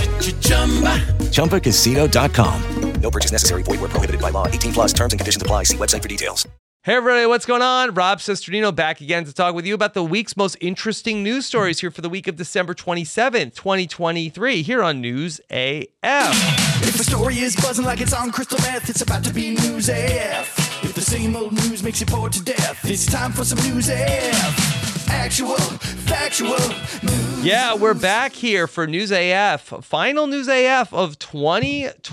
ChumbaCasino.com. No purchase necessary. Void were prohibited by law. 18 plus terms and conditions apply. See website for details. Hey everybody, what's going on? Rob Sesternino back again to talk with you about the week's most interesting news stories here for the week of December 27th, 2023, here on News AF. If the story is buzzing like it's on crystal meth, it's about to be news AF. If the same old news makes you bored to death, it's time for some news AF. Actual, factual news. Yeah, we're back here for News AF, final News AF of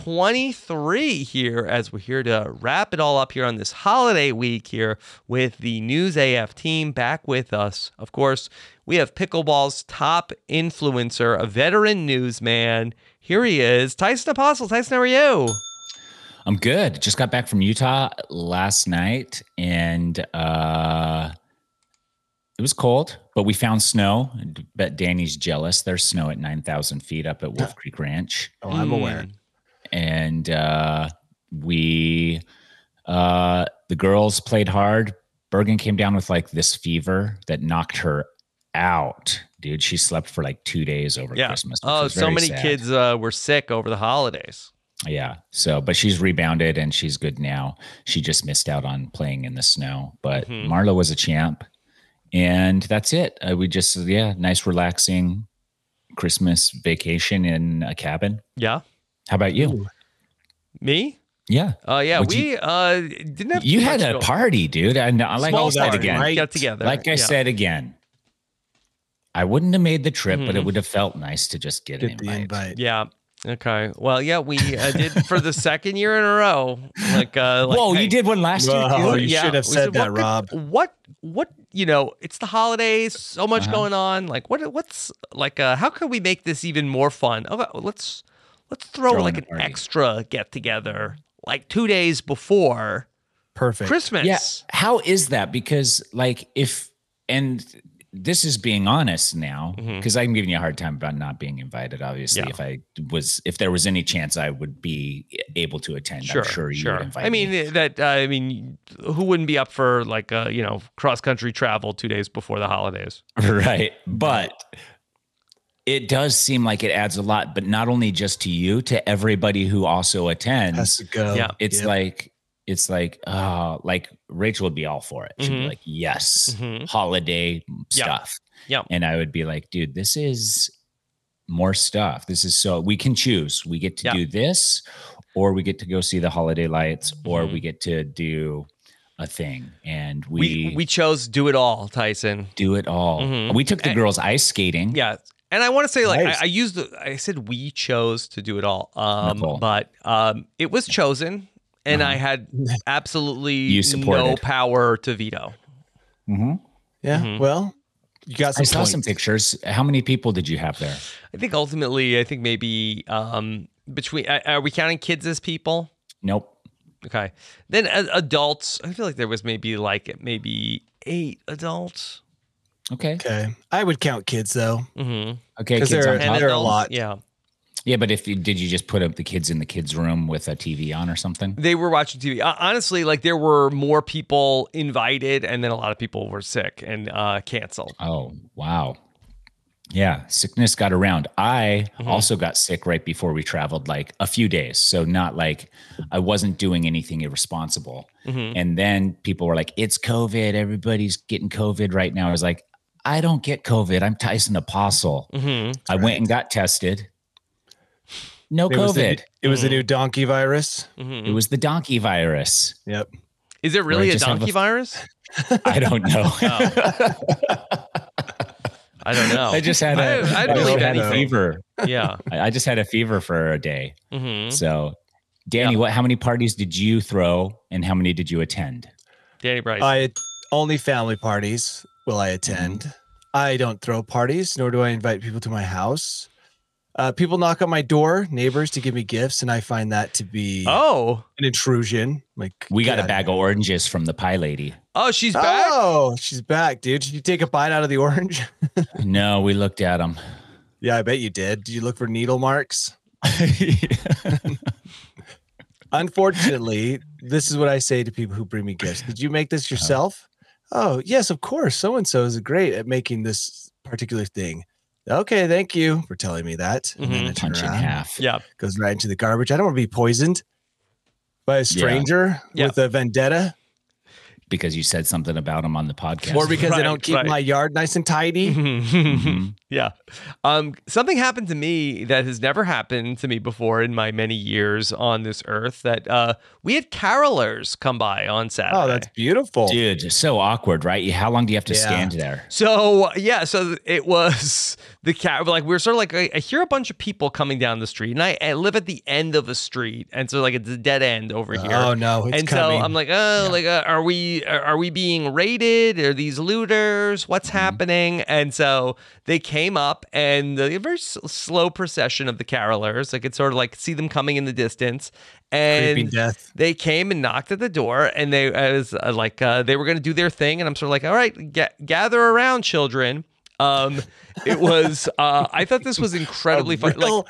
2023 here as we're here to wrap it all up here on this holiday week here with the News AF team back with us. Of course, we have Pickleball's top influencer, a veteran newsman. Here he is, Tyson Apostle. Tyson, how are you? I'm good. Just got back from Utah last night and uh it was cold, but we found snow. Bet Danny's jealous. There's snow at 9,000 feet up at Wolf Creek Ranch. Oh, I'm aware. And uh we uh the girls played hard. Bergen came down with like this fever that knocked her out. Dude, she slept for like two days over Yeah. Christmas. which Oh, was so very many sad. kids uh, were sick over the holidays. Yeah. So, but she's rebounded and she's good now. She just missed out on playing in the snow, but Mm-hmm. Marla was a champ. And that's it. Uh, we just, yeah, nice, relaxing Christmas vacation in a cabin. Yeah. How about you? Me? Yeah. Uh, yeah, Would we uh, didn't have You too had much a going- party, dude. And I like I Small said party, again, right? Get together. Like I Yeah. said again, I wouldn't have made the trip, Mm-hmm. but it would have felt nice to just get, an invite. Yeah. Okay. Well, yeah, we uh, did for the second year in a row. Like, uh, like Whoa, hey, you did one last year, Oh, Whoa. Oh, dude. you should have said that, Rob. What? What? You know, it's the holidays. So much Uh-huh. going on. Like, what? What's like? Uh, how can we make this even more fun? Okay, let's let's throw, Throw in like a an party. extra get together, like two days before Perfect. Christmas. Yes. How is that? Because like if and this is being honest now because I'm giving you a hard time about not being invited. Obviously, Mm-hmm. Yeah. if I was, if there was any chance I would be eh, able to attend, Sure, I'm sure you would invite I mean me. uh, that. Uh, I mean, who wouldn't be up for like uh, you know cross country travel two days before the holidays? right? But it does seem like it adds a lot, Mm-hmm. but not only just to you, to everybody who also attends. Has to go. Yeah. it's Yep. like it's like, uh, like Rachel would be all for it. She'd be Mhm. like, yes, Mhm. holiday stuff. Yeah. And I would be like, dude, this is more stuff. This is so we can choose. We get to Yeah. do this, or we get to go see the holiday lights, or Mm-hmm. we get to do a thing. And we we we chose do it all, Tyson. do it all. Mhm. We took the And- girls ice skating. Yeah. And I want to say, like, Nice. I, I used, the, I said we chose to do it all, um, Nicole. Mm-hmm. but um, it was chosen, and I had absolutely You no supported. power to veto. Mhm. Yeah. Well, you got some I saw some points. pictures. How many people did you have there? I think ultimately, I think maybe um, between are are we counting kids as people? Nope. Okay, then as adults, I feel like there was maybe like maybe eight adults. Okay. Okay. I would count kids though. Mm-hmm. Okay. 'Cause Kids they're- on and top. they're- a lot. Yeah, Yeah, but if you, did you just put up the kids in the kids' room with a TV on or something? they were watching TV. Uh, honestly, like there were more people invited, and then a lot of people were sick and uh, canceled. Oh, wow. Yeah, sickness got around. I also got sick right before we traveled, like a few days. So, not like I wasn't doing anything irresponsible. And then people were like, it's COVID. Everybody's getting COVID right now. I was like, I don't get COVID. I'm Tyson Apostle. Mm-hmm. I went and got tested. No It was the- Mm-hmm. COVID. it was Mm-hmm. the new donkey virus. It was the donkey virus. Yep. Is it really a just have donkey a- virus? I don't know. I don't know. I just had a I- I I just believe had a anything. fever. yeah. I I just had a fever for a day. Mhm. So, Danny, what? How many parties did you throw, and how many did you attend? Danny Bryce. I only family parties will I attend. I don't throw parties, nor do I invite people to my house. Uh, people knock on my door, neighbors, to give me gifts, and I find that to be oh. an intrusion. Like We get got a outta bag of oranges from the pie lady. Oh, she's here. back. Oh, she's back, dude. Did you take a bite out of the orange? No, we looked at them. yeah, I bet you did. Did you look for needle marks? Unfortunately, this is what I say to people who bring me gifts. Did you make this yourself? Oh, yes, of course. So and so is great at making this particular thing. Okay, thank you for telling me that. And then Mhm. I turn Punch in around, half. Yeah. goes right into the garbage. I don't want to be poisoned by a stranger Yeah. with a vendetta because you said something about them on the podcast. or because I Right, don't keep right. my yard nice and tidy. Mm-hmm. Mhm. Mm-hmm. Yeah. Um, something happened to me that has never happened to me before in my many years on this earth that uh, we had carolers come by on Saturday. Oh, that's beautiful. dude, it's so awkward, right? How long do you have to Yeah. stand there? So uh, yeah, so it was the cat. Like we were sort of like I, I hear a bunch of people coming down the street, and I, I live at the end of a street, and so like it's a dead end over here. Oh, no, it's and coming. so I'm like, oh, like uh, are we are, are we being raided? Are these looters? What's Mm-hmm. happening? And so they came up, and the a very s- slow procession of the carolers. I could sort of like see them coming in the distance, and Creepy death. they came and knocked at the door and they I was uh, like uh, they were going to do their thing and i'm sort of like all right ga- gather around children um it was uh i thought this was incredibly fun like Real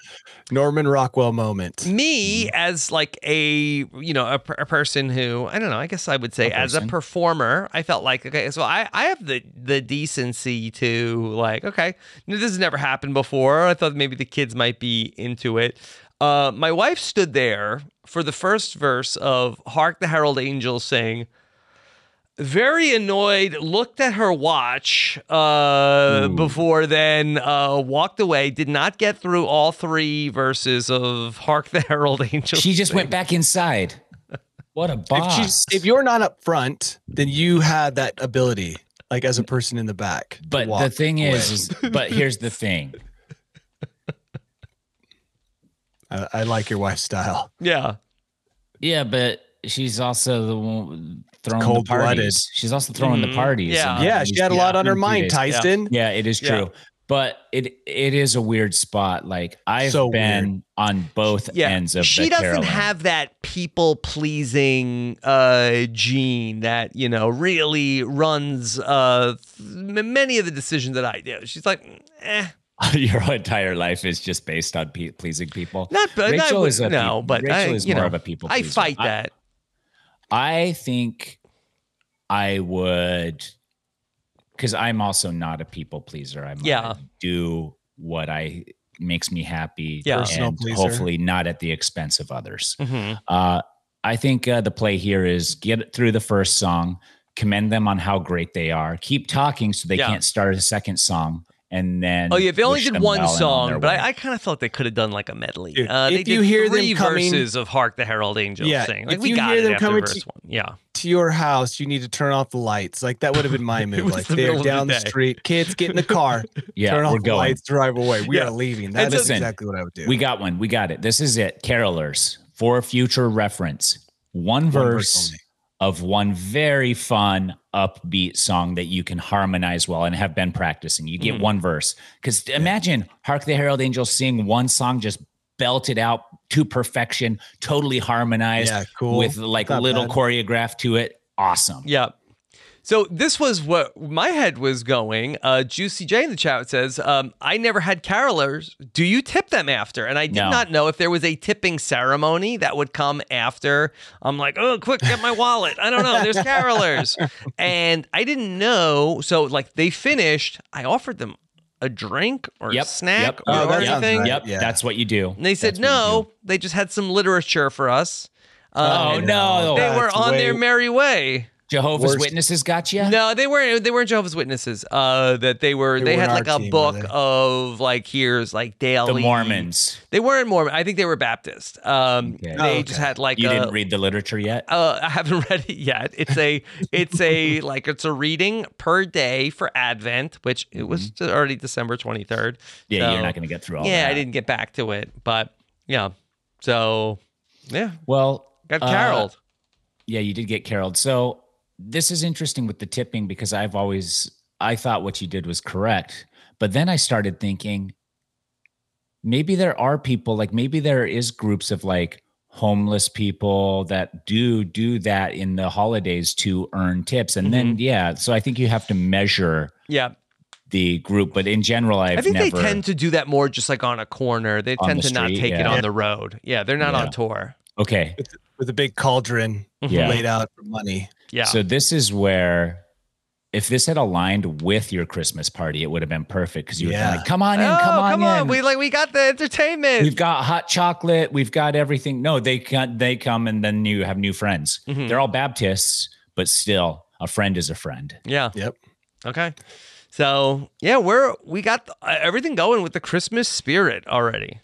Norman Rockwell moment. me as like a you know a, per- a person who i don't know i guess i would say as a person. performer i felt like okay so i i have the the decency to like okay no, this has never happened before i thought maybe the kids might be into it uh my wife stood there for the first verse of hark the herald angels sing very annoyed, looked at her watch uh, before then uh, walked away, did not get through all three verses of Hark the Herald Angels. She just went back inside. What a If, boss! she's, if you're not up front, then you had that ability, like as a person in the back. to Mm-hmm. But the walk thing away. is, is, but here's the thing. I, I like your wife's style. Yeah. Yeah, but she's also the one throwing the Cold-blooded. parties. She's also throwing Mhm. the parties. Yeah. and Yeah, all she these- had a lot Uh, yeah, on her two mind, days. Tyson. Yeah, it is Yeah. true. But it it is a weird spot. Like I've So been on both Yeah. ends of she the doesn't Carolyn. have that people pleasing uh, gene that, you know, really runs uh, m- many of the decisions that I do. She's like, eh. your entire life is just based on pe- pleasing people. Not, but I Rachel would, is a no, peop- but Rachel I, is you more know, of a people. I pleaser. fight that. I think I would because I'm also not a people pleaser. I'm Yeah. do what I makes me happy Yeah. Personal and pleaser. hopefully not at the expense of others. Mhm. Uh, I I think uh, the play here is get through the first song, commend them on how great they are, keep talking so they Yeah. can't start a second song, and then Oh yeah, they only wish did them one well and on their song, way. but I, I kind of felt they could have done like a medley. Dude, uh, they if did you hear them three coming- verses of "Hark the Herald Angels Yeah, Sing." Like if we you got hear it them after coming verse to- one. Yeah, to your house, you need to turn off the lights. Like that would have been my move. was like the they're middle of the down the, day. street, kids get in the car, Yeah, turn off we're the going. lights, drive away. We Yeah. are leaving. And That is listen, exactly what I would do. We got one. We got it. This is it. Carolers for future reference. One verse verse of one very fun upbeat song that you can harmonize well and have been practicing. You get Mhm. one verse. Cuz imagine Hark the Herald Angels sing one song just belted out to perfection, totally harmonized Yeah, cool. with like Not little bad. choreograph to it. Awesome. yeah. So this was what my head was going. Uh, Juicy J in the chat says, um, "I never had carolers. Do you tip them after?" And I did No. not know if there was a tipping ceremony that would come after. I'm like, "Oh, quick, get my wallet." I don't know. There's carolers, and I didn't know. So like they finished, I offered them a drink or a snack Yep. Oh, or Yep. Yep. anything. Yep. That's what you do. And they said no. They just had some literature for us. Um, Oh, and no. They were That's on their way- merry way. Jehovah's Witnesses got you? No, they weren't. They weren't Jehovah's Witnesses. Uh, that they were. They, They had like weren't our a team, book were they? of like here's like daily. Mormons. They weren't Mormon. I think they were Baptist. Um, Okay. they just had like You a, didn't read the literature yet? uh, I haven't read it yet. It's a it's a like it's a reading per day for Advent, which it was Mm-hmm. already December twenty third. Yeah, you're not gonna get through all Yeah, I that. didn't get back to it, but yeah. So yeah, Well, got uh, caroled. Yeah, you did get caroled. So this is interesting with the tipping because I've always I thought what you did was correct, but then I started thinking maybe there are people like maybe there is groups of like homeless people that do do that in the holidays to earn tips and then Mm-hmm. yeah so i think you have to measure yeah. the group but in general I've i think never they tend to do that more just like on a corner. They On tend the to not street, take it yeah. on the road. Yeah, they're not Yeah. on tour. okay with a big cauldron Yeah. laid out for money. Yeah. So this is where if this had aligned with your Christmas party, it would have been perfect because you were Yeah. like, come on in, come Oh, on come on. in. We like we got the entertainment. We've got hot chocolate. We've got everything. No, they can They come and then you have new friends. Mm-hmm. They're all Baptists, but still, a friend is a friend. Yeah. Yep. Okay. So yeah, we're we got th- uh, everything going with the Christmas spirit already.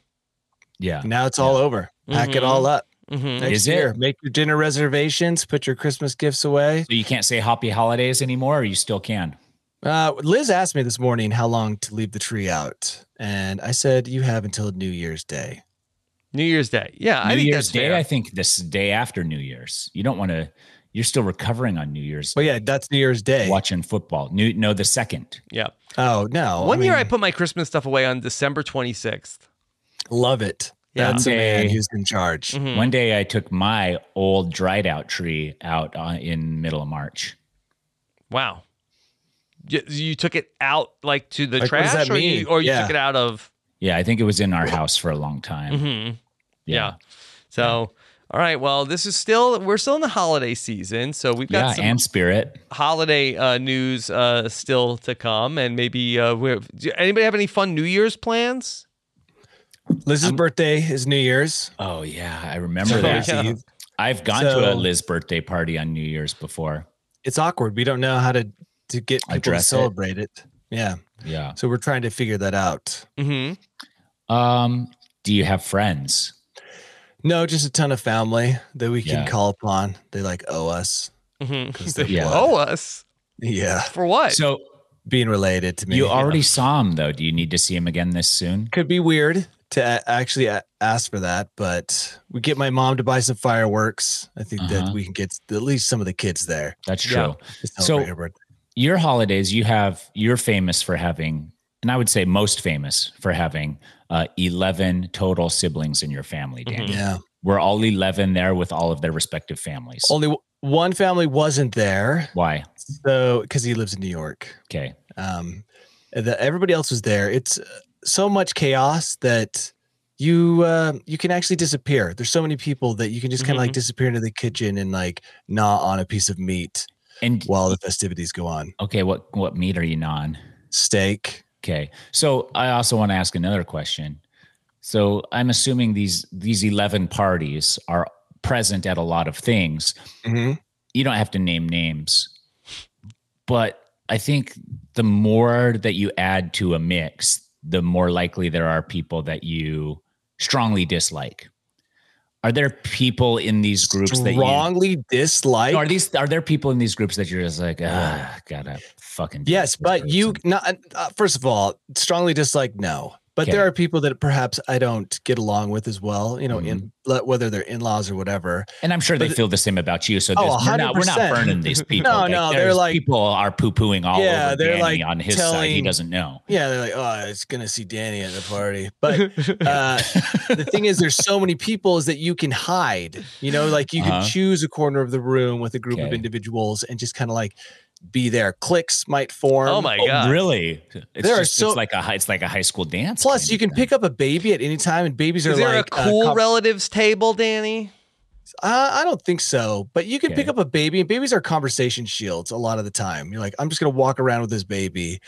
Yeah. Mm-hmm. Now it's all over. Pack it Mhm. all up. Mhm. Next Is it? year, make your dinner reservations, put your Christmas gifts away. So you can't say happy holidays anymore, or you still can. Uh, Liz asked me this morning how long to leave the tree out, and I said you have until New Year's Day. New Year's Day. Yeah, New Year's Day, I think this day after New Year's. You don't want to. You're still recovering on New Year's. Well, yeah, that's New Year's Day. Watching football. New, no, the second. Yeah. Oh no. One year I put my Christmas stuff away on December 26th. Love it. Yeah. That's a man who's in charge. Mhm. One day I took my old dried out tree out on, in middle of March. Wow. You, you took it out like to the Like, what does trash that or mean? you or you Yeah. took it out of Yeah, I think it was in our house for a long time. Mhm. Yeah. So all right, well, this is still we're still in the holiday season, so we've got Yeah, some and spirit. holiday uh, news uh, still to come, and maybe uh, we have, do anybody have any fun New Year's plans? Liz's birthday is New Year's. Oh yeah, I remember So, that. yeah. I've gone to So- a Liz birthday party on New Year's before. It's awkward. We don't know how to to get people Address it. to celebrate it. Yeah. Yeah. So we're trying to figure that out. Um, do you have friends? No, just a ton of family that we can Yeah. call upon. They like owe us. Mm-hmm. Yeah. owe us. Yeah. For what? So being related to me. You already saw him though. Do you need to see him again this soon? Could be weird to a- actually a- ask for that, but we get my mom to buy some fireworks. I think that we can get at least some of the kids there. That's true. Yeah. To So celebrate her birthday. your holidays, you have you're famous for having, and I would say most famous for having uh, eleven total siblings in your family. Dan, Yeah. we're all eleven there with all of their respective families. Only w- one family wasn't there. Why? So, because he lives in New York. Okay. Um, the, everybody else was there. It's uh, so much chaos that you uh, you can actually disappear. There's so many people that you can just kind of like Mhm. disappear into the kitchen and like gnaw on a piece of meat and while the festivities go on. Okay, what what meat are you on? Steak. Okay. So I also want to ask another question. So I'm assuming these these 11 parties are present at a lot of things. You don't have to name names, but I think the more that you add to a mix, the more likely there are people that you strongly dislike. Are there people in these groups that you Strongly dislike? are these are there people in these groups that you're just like ah gotta fucking Yes, but you not uh, first of all, strongly dislike no. But there Okay. are people that perhaps I don't get along with as well, you know, in Mm-hmm. let- whether they're in-laws or whatever. And I'm sure they But- feel the same about you. So Oh, this- we're not we're not 100%. burning these people. No, no, they're there's like- people are poo pooing all Yeah, over they're Danny like on his side. He telling- doesn't know. Yeah, they're like, oh, I was gonna see Danny at the party. But uh, the thing is, there's so many people is that you can hide. You know, like you Uh-huh. can choose a corner of the room with a group of Okay. individuals and just kind of like be there. Cliques might form. Oh my god! really? It's There are just, so- it's like a high, it's like a high school dance. Plus, you can pick up a baby at any time, and babies Is are there like a cool uh, comp- relatives table, Danny? Uh, I don't think so, but you can pick Okay. up a baby, and babies are conversation shields a lot of the time. You're like, I'm just gonna walk around with this baby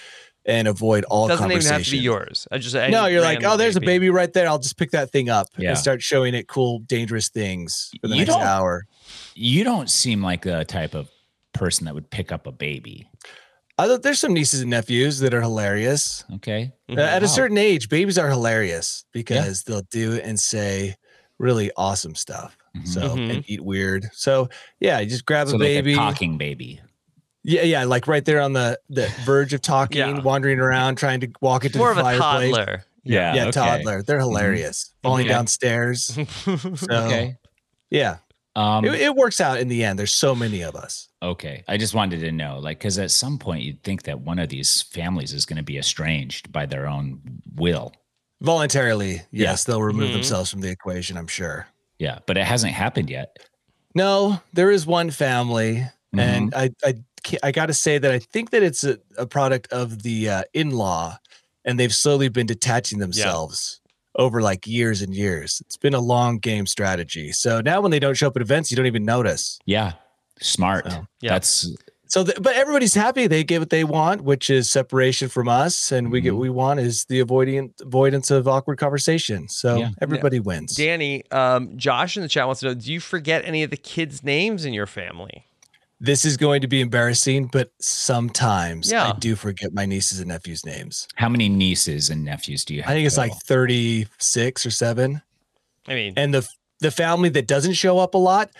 and avoid all Doesn't even conversation. have to be yours. I just any no, you're like, random oh, there's a baby right there. I'll just pick that thing up Yeah. and start showing it cool, dangerous things for the You next don't- hour. You don't seem like the type of person that would pick up a baby. I thought there's some nieces and nephews that are hilarious. Okay. Uh, At a Wow. certain age, babies are hilarious because they'll do and say really awesome stuff. So and eat weird. So yeah, you just grab a So like baby. a talking baby. Yeah, yeah, like right there on the the verge of talking, Yeah. wandering around, trying to walk into More of the a fireplace. toddler. Mm-hmm. Yeah. Yeah, okay. Mm-hmm. toddler. They're hilarious. Falling Okay. downstairs. So, Okay. Yeah, Um, it, it works out in the end. There's so many of us. Okay. I just wanted to know, like, because at some point you'd think that one of these families is going to be estranged by their own will. Voluntarily, Yeah. yes, they'll remove Mhm. themselves from the equation. I'm sure. Yeah. But it hasn't happened yet. No, there is one family, Mm-hmm. and I I ca- I got to say that I think that it's a, a product of the uh, in-law, and they've slowly been detaching themselves over like years and years. It's been a long game strategy. So now when they don't show up at events, you don't even notice. Yeah. Smart. So, yeah. That's So, th- but everybody's happy. They get what they want, which is separation from us, and we get Mm-hmm. what we want is the avoiding avoidance of awkward conversation. So Yeah. everybody wins. Danny, um, Josh in the chat wants to know: Do you forget any of the kids' names in your family? this is going to be embarrassing, but sometimes Yeah. I do forget my nieces and nephews' names. how many nieces and nephews do you have? I think it's like total? 36 or 7. I mean, And the the family that doesn't show up a lot,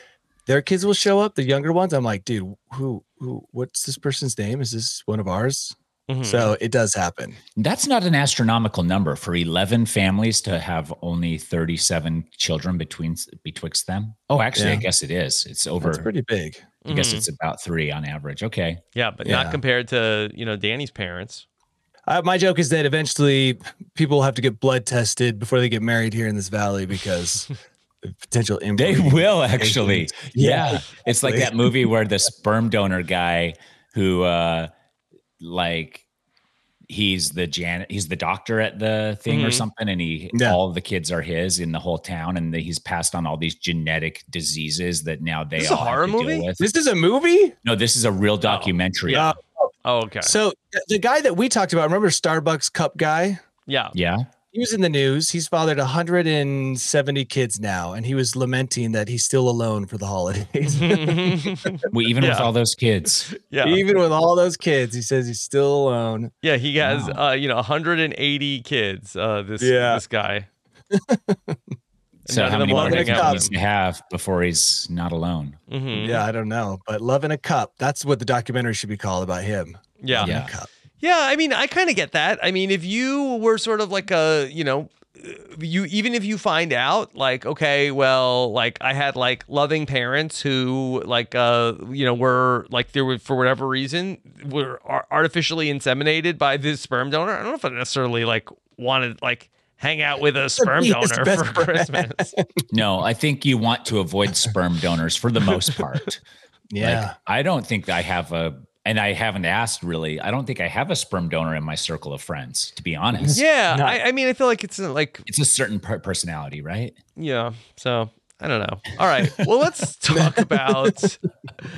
their kids will show up, the younger ones. I'm like, dude, who who what's this person's name? Is this one of ours? Mm-hmm. mhm. So it does happen. that's not an astronomical number for 11 families to have only 37 children between betwixt them. Oh, actually, I Yeah. mm. guess it is. It's over. It's pretty big. I guess Mhm. it's about three on average. Okay. yeah, but Yeah. not compared to you know Danny's parents. Uh, my joke is that eventually people have to get blood tested before they get married here in this valley because of potential They inbreeding. will actually. Yeah. Yeah. It's like that movie where the sperm donor guy who uh like he's the jan he's the doctor at the thing or Mhm. something and he Yeah. all the kids are his in the whole town and he's passed on all these genetic diseases that now they This a all have horror to deal movie? with. This is a movie? Uh, No, this is a real documentary. yeah. yeah. Oh, okay. So th- the guy that we talked about, remember Starbucks cup guy? yeah. He was in the news. He's fathered 170 kids now, and he was lamenting that he's still alone for the Mm-hmm. holidays. We even with Yeah. all those kids. yeah. Even with all those kids, he says he's still alone. Yeah. He has uh, you know 180 kids. Uh, this Yeah. this guy. And So none how of them many more want to wanted kids hang to out does with come. he have before he's not alone? him. Mm-hmm. Mhm. Yeah, I don't know, but love in a cup. That's what the documentary should be called about him. Yeah. Love in a Yeah. cup. Yeah, I mean, I kind of get that. I mean, if you were sort of like a, you know, you even if you find out like okay well like i had like loving parents who like uh you know were like they were for whatever reason were ar- artificially inseminated by this sperm donor i don't know if i necessarily like wanted like hang out with a sperm be his donor best for friend. christmas No, I think you want to avoid sperm donors for the most part. Yeah. Like, I don't think I have a, and I haven't asked really, I don't think I have a sperm donor in my circle of friends, to be honest. yeah No. I, I mean i feel like it's uh, like It's a certain per- personality, right? yeah so I don't know. All right. Well, let's talk about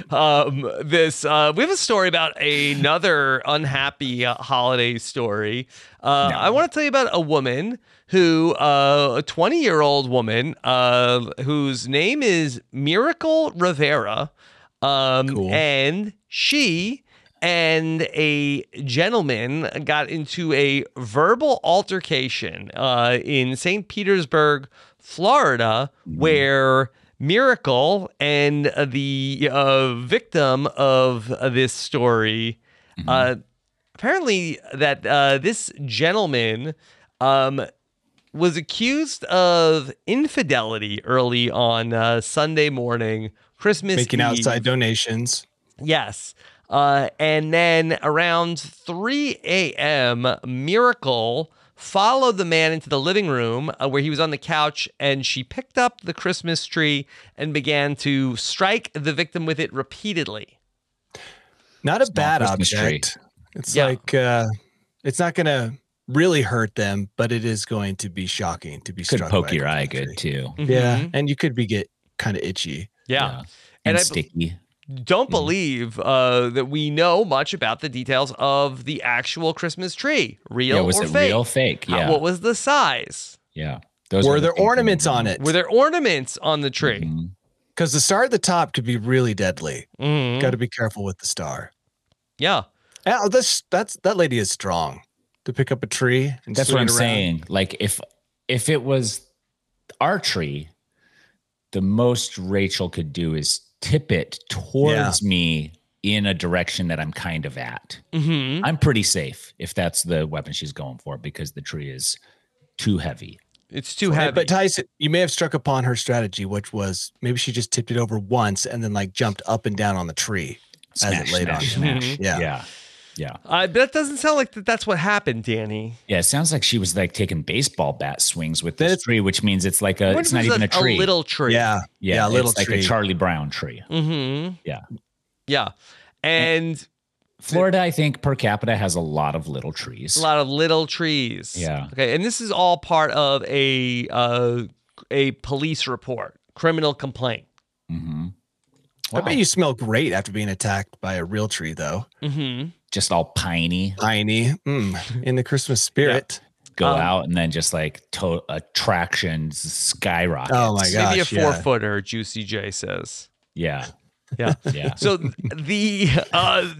um, this. Uh, we have a story about another unhappy uh, holiday story. Uh, I want to tell you about a woman who, uh, a 20 year old woman uh, whose name is Miracle Rivera. Um, And she and a gentleman got into a verbal altercation uh, in St. Petersburg, Florida, Mm. where Miracle and uh, the uh, victim of uh, this story. Mm-hmm. Uh, apparently, that uh, this gentleman um, was accused of infidelity early on uh, Sunday morning, Christmas Making Eve. outside donations. Yes. Uh, and then around 3 a.m., Miracle followed the man into the living room uh, where he was on the couch and she picked up the Christmas tree and began to strike the victim with it repeatedly. Not a bad Christmas tree. object. It's like uh, it's not gonna really hurt them, but it is going to be shocking to be Could struck. poke by a your eye Christmas good Mm-hmm. too. tree. Yeah, and you could be get kind of itchy. Mm-hmm. Yeah. And, I be- sticky. Mm-hmm. don't believe uh, that we know much about the details of the actual Christmas tree real Yeah, was or it fake. real, fake? How- Yeah. what was the size? Yeah. Were there the things that Mm, ornaments we- on it? Were there ornaments on the tree? Mm-hmm. Because the star at the top could be really deadly. Mm. Mhm. Got to be careful with the star. Yeah. Yeah, that's that's that lady is strong to pick up a tree. And That's what swing I'm it around. saying. Like if if it was our tree, the most Rachel could do is tip it towards me in a direction that I'm kind of at. Mm-hmm. I'm pretty safe if that's the weapon she's going for because the tree is too heavy. It's too Yeah, heavy. But Tyson, you may have struck upon her strategy, which was maybe she just tipped it over once and then like jumped up and down on the tree as Smash, it laid smash, on. you. smash. Yeah. Yeah. Yeah. Uh, that doesn't sound like that that's what happened, Danny. Yeah, it sounds like she was like taking baseball bat swings with this tree, which means it's like a What it's if not it was even a, tree. little tree. Yeah. yeah, Yeah, a little it's like tree. Mm, a Charlie Brown tree. Mm-hmm. Yeah. Yeah. And Florida, I think per capita has a lot of little trees. a lot of little trees. Yeah. Okay. And this is all part of a uh, a police report, criminal complaint. hmm I bet you smell great after being attacked by a real tree, though. Mm-hmm. Just all piney. Piney, mm, in the Christmas spirit. Go Um, out and then just like to- attractions skyrocket. Oh my gosh! Maybe a yeah. four footer, Juicy J says. Yeah. Yeah. Yeah. so th- the uh,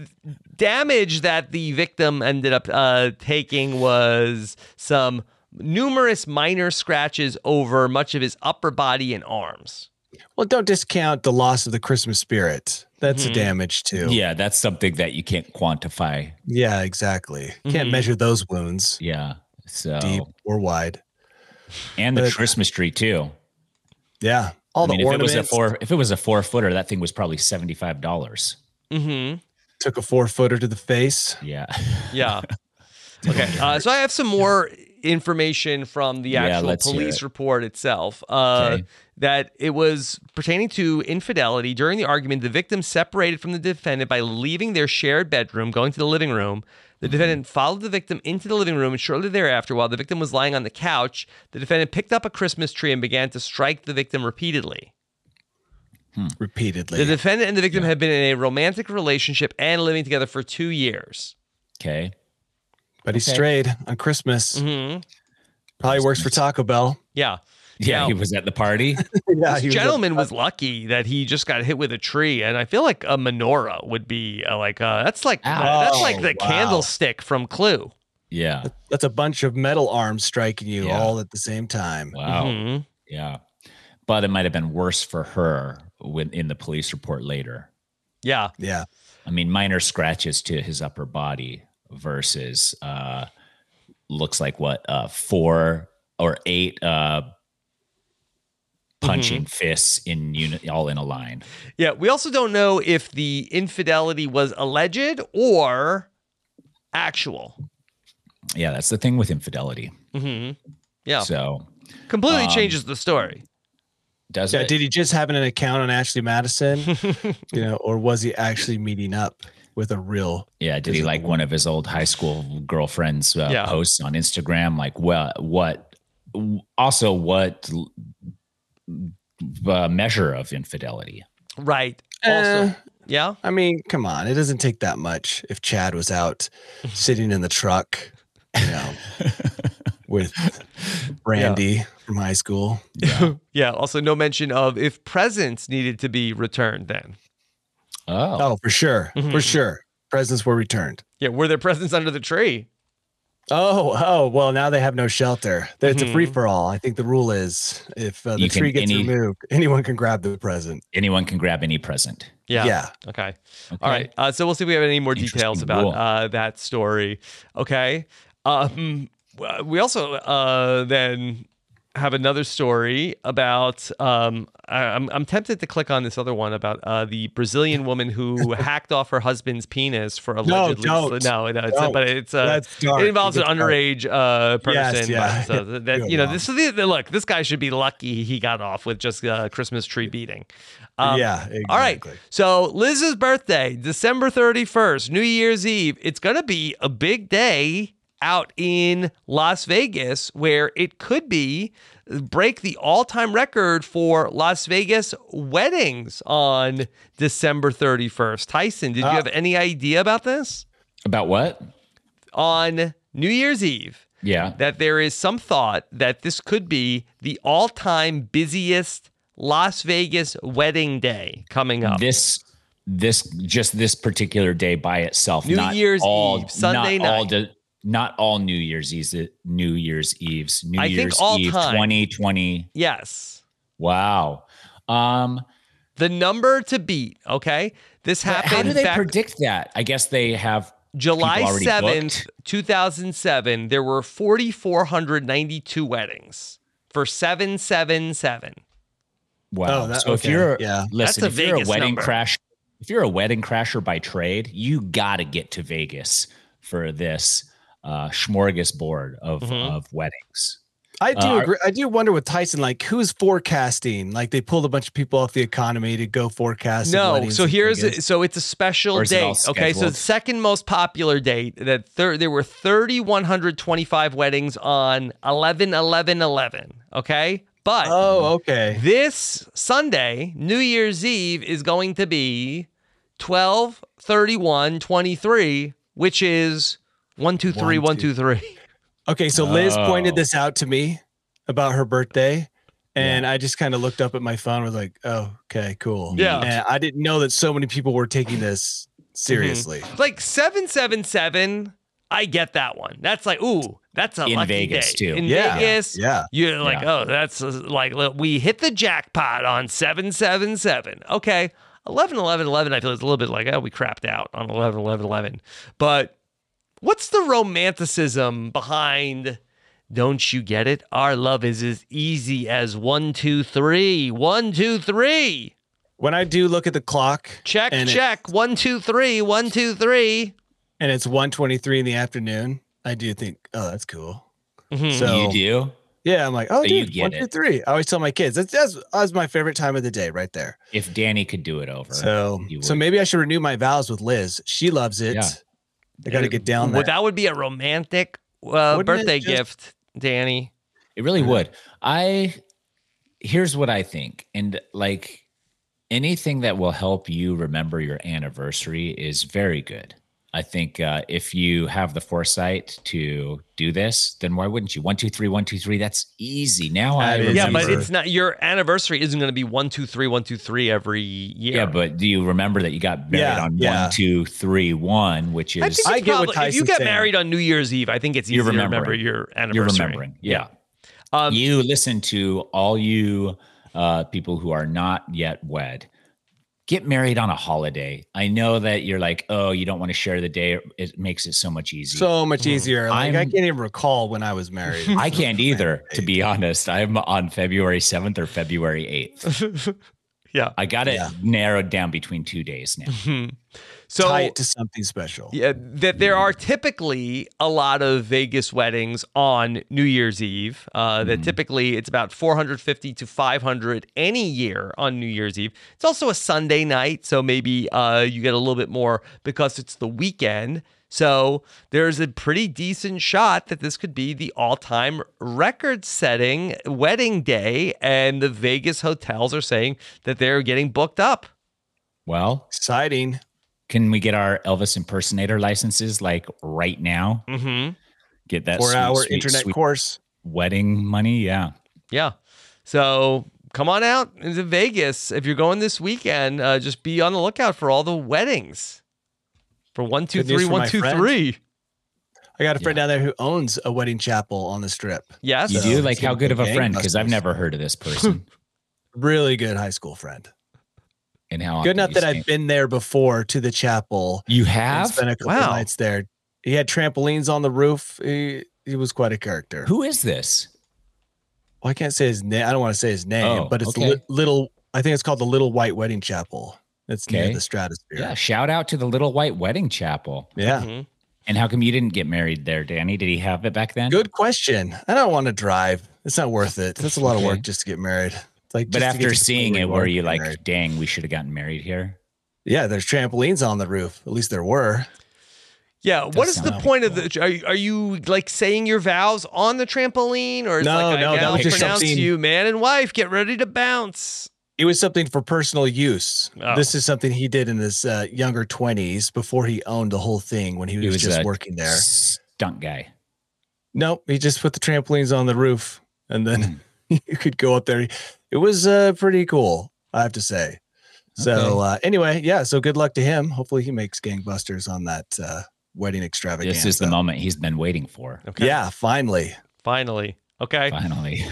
damage that the victim ended up uh, taking was some numerous minor scratches over much of his upper body and arms. Well, don't discount the loss of the Christmas spirit. That's a damage too. Mm-hmm. yeah, that's something that you can't quantify. Yeah, exactly. Mm-hmm. Can't measure those wounds, Yeah. So deep or wide. and the but- Christmas tree too. Yeah, all I mean, the if it ornaments. was a four if it was a four footer, that thing was probably seventy five dollars. Mm-hmm. took a four footer to the face. Yeah. Yeah. okay. Uh, so I have some more information from the Yeah, actual let's hear police it. report itself. Uh, Okay. That it was pertaining to infidelity. During the argument, the victim separated from the defendant by leaving their shared bedroom, going to the living room. The Mm-hmm. defendant followed the victim into the living room, and shortly thereafter, while the victim was lying on the couch, the defendant picked up a Christmas tree and began to strike the victim repeatedly. Mm. repeatedly. The defendant and the victim had been in a romantic relationship and living together for two years. Okay. but he strayed on Christmas. Mm-hmm. Mhm. Probably works for Taco Bell. Yeah. Yeah, Now- he was at the party. yeah, this gentleman was lucky that he just got hit with a tree, and I feel like a menorah would be uh, like uh, that's like Ow. that's like the wow. candlestick from Clue. Yeah. That's a bunch of metal arms striking you Yeah. all at the same time. Wow. Mhm. Yeah. But it might have been worse for her when in the police report later. Yeah, Yeah. I mean, minor scratches to his upper body versus uh looks like what uh four or eight uh punching fists in unit all in a line. yeah. We also don't know if the infidelity was alleged or actual. Yeah, that's the thing with infidelity. hmm Yeah, So completely changes the story. does Yeah, it did he just have an account on Ashley Madison? you know, or was he actually meeting up with a real Yeah, did he like one of his old high school girlfriend's uh, Yeah. posts on Instagram? Like, well, what? Also, what l- uh, measure of infidelity. Right. Eh. Also, yeah. I mean, come on. It doesn't take that much if Chad was out sitting in the truck, you know, with Brandy from high school. Yeah. Also, no mention of if presents needed to be returned then. Oh, for sure. For Mhm. sure. Presents were returned. Yeah. Were there presents under the tree? Oh, oh, well, now they have no shelter. It's Mhm. a free for all. I think the rule is if uh, the You can- tree gets any- removed, anyone can grab the present. Anyone can grab any present. Yeah. Yeah. Okay. All right. Uh, so we'll see if we have any more details about rule. uh, that story. Okay. Um, w- we also uh, then have another story about. Um, I, I'm, I'm tempted to click on this other one about uh, the Brazilian woman who hacked off her husband's penis for allegedly. don't. no, no, it's, Don't. but it's uh, That's dark. it involves an That's dark. underage uh, Yes, person. yeah. but, uh, that, Good you know, God. this, so the, the- look, this guy should be lucky he got off with just uh, Christmas tree beating. Yeah, All right. exactly. So Liz's birthday, December 31st, New Year's Eve. It's going to be a big day out in Las Vegas where it could be uh, break the all-time record for Las Vegas weddings on December 31st. Tyson, did you Ah. have any idea about this? About what? On New Year's Eve, Yeah. that there is some thought that this could be the all-time busiest Las Vegas wedding day coming up. This this just this particular day by itself. New not Year's all, Eve, Sunday not All night. de- not all New Year's Eve's New Year's Eve's New I think Year's all Eve time. 2020. Yes. Wow. Um The number to beat, okay? This happened how do they back predict that? I guess they have July people already 7th, 2007. There were 4,492 weddings for 777. Wow. Oh, that- so if okay. you're Yeah. listen, That's if a you're a Vegas wedding number. crash, if you're a wedding crasher by trade, you gotta get to Vegas for this uh smorgasbord of Mhm. of weddings. I do Uh, are- agree. I do wonder with Tyson, like who's forecasting? Like they pulled a bunch of people off the economy to go forecast. No, so here's so it's a special Or is it all date. Okay, so the scheduled? second most popular date that thir- there were 3125 weddings on 11 11 11, okay? But Oh, okay. This Sunday, New Year's Eve is going to be 12 31 23, which is 1 2 3 One, 1 two. 2 3. Okay, so Liz pointed Oh. this out to me about her birthday, and I just kind of looked up at my phone. Was like, oh, okay, cool. Yeah. Mm-hmm. and I didn't know that so many people were taking this seriously. Like 777, I get that one. That's like, ooh, that's a In lucky Vegas, day. too. In Yeah. Vegas, Yeah. You're like, Yeah. oh, that's uh, like, look, we hit the jackpot on 777. Okay. 11 11 11, I feel it's a little bit like, oh, we crapped out on 11 11 11. But what's the romanticism behind. Don't you get it? Our love is as easy as one, two, three. One, two, three. When I do look at the clock, Check, and it- check. one, two, three. One, two, three. and it's 1.23 in the afternoon, I do think, oh, that's cool. Mhm. So you do? Yeah, I'm like, oh, So you dude, get one, two, it. three. I always tell my kids that's that's, that's my favorite time of the day, right there. If Danny could do it over. So, you so would. maybe I should renew my vows with Liz. She loves it. Yeah. I got to get down there. Well, that would be a romantic uh, Wouldn't it birthday just- gift, Danny. It really would. I here's what I think, and like anything that will help you remember your anniversary is very good. I think uh, if you have the foresight to do this, then why wouldn't you? One two three, one two three. That's easy. Now I remember. yeah, but it's not your anniversary isn't going to be one, two, three, one, two, three every year. Yeah, but do you remember that you got married Yeah, on yeah. one two three one, which is I, think it's probably, if you get married on New Year's Eve, I think it's easy You're to remember remembering. your anniversary. Um, You're remembering. Yeah. you listen to all you uh, people who are not yet wed. Get married on a holiday. I know that you're like, oh, you don't want to share the day. It makes it so much easier. so much easier. Like, I Mm-hmm. I'm- can't even recall when I was married. I can't either, to be honest. I'm on February 7th or February 8th. yeah. I got it narrowed down between two days now. Mm-hmm. So tie it to something special. Yeah, that there are typically a lot of Vegas weddings on New Year's Eve. Uh, That typically it's about 450 to 500 any year on New Year's Eve. It's also a Sunday night, so maybe uh, you get a little bit more because it's the weekend. So there's a pretty decent shot that this could be the all time record setting wedding day. And the Vegas hotels are saying that they're getting booked up. Well, exciting. Can we get our Elvis impersonator licenses like right now? Mm-hmm. Get that Four sweet, hour sweet, internet sweet course. Wedding money. Yeah. Yeah. So come on out into Vegas. If you're going this weekend, uh, just be on the lookout for all the weddings. For one, two, Good news three, for one, my two, friend. three. I got a friend down there who owns a wedding chapel on the strip. Yes. You do? Like, it's gonna how good be of a friend? gangbusters. Because I've never heard of this person. Really good high school friend. and how good often enough you that stay. I've been there before to the chapel. You and have? spent a couple Wow. nights there. He had trampolines on the roof. He he was quite a character. Who is this? Well, I can't say his name. I don't want to say his name, Oh, but it's okay. li- little. I think it's called the Little White Wedding Chapel. That's near Okay. the Stratosphere. Yeah. Shout out to the Little White Wedding Chapel. Yeah. And how come you didn't get married there, Danny? Did he have it back then? Good question. I don't want to drive. It's not worth it. That's a lot of work just to get married. It's like, But just to get after to the seeing point it, where were you you get like, married. dang, we should have gotten married here? yeah, there's trampolines on the roof. At least there were. Yeah. What is sound the like point of the? Are you, are you like saying your vows on the trampoline, or is No, like no, I that now was just pronounce something- you man and wife, get ready to bounce. It was something for personal use. Oh. This is something he did in his uh, younger 20s before he owned the whole thing when he was, He was uh, just a working there. Stunt guy. Nope, he just put the trampolines on the roof and then Hmm. you could go up there. It was uh, pretty cool, I have to say. So Okay. uh, anyway, yeah, so good luck to him. Hopefully he makes gangbusters on that uh, wedding extravaganza. This is the moment he's been waiting for. Okay. Yeah, finally. Finally. Okay. Finally.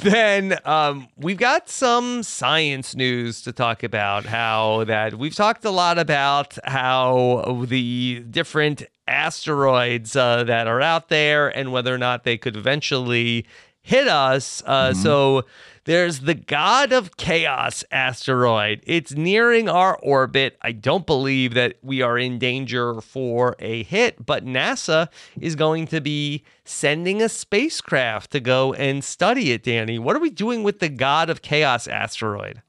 then um, we've got some science news to talk about. How that we've talked a lot about how the different asteroids uh, that are out there and whether or not they could eventually hit us. Uh, So there's the God of Chaos asteroid. It's nearing our orbit. I don't believe that we are in danger for a hit, but NASA is going to be sending a spacecraft to go and study it, Danny. What are we doing with the God of Chaos asteroid?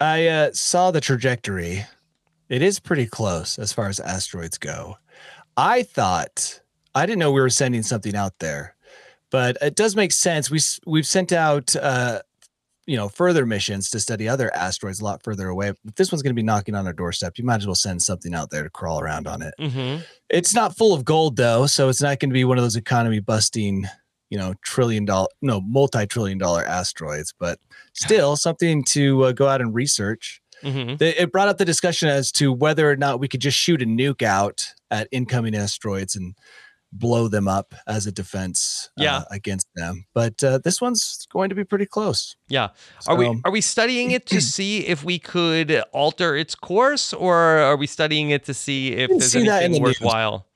I uh, saw the trajectory. It is pretty close as far as asteroids go. I thought I didn't know we were sending something out there, but it does make sense. We s- we've sent out uh, you know further missions to study other asteroids a lot further away. If this one's going to be knocking on our doorstep, you might as well send something out there to crawl around on it. Mm-hmm. It's not full of gold though, so it's not going to be one of those economy busting, you know, trillion dollar, no, multi trillion dollar asteroids, but still something to uh, go out and research. Mm-hmm. They- It brought up the discussion as to whether or not we could just shoot a nuke out at incoming asteroids and blow them up as a defense uh, Yeah. against them. But uh, this one's going to be pretty close. Um, Yeah. Are we So- are we studying it to see if we could alter its course or are we studying it to see if Didn't there's see that in anything the news. worthwhile?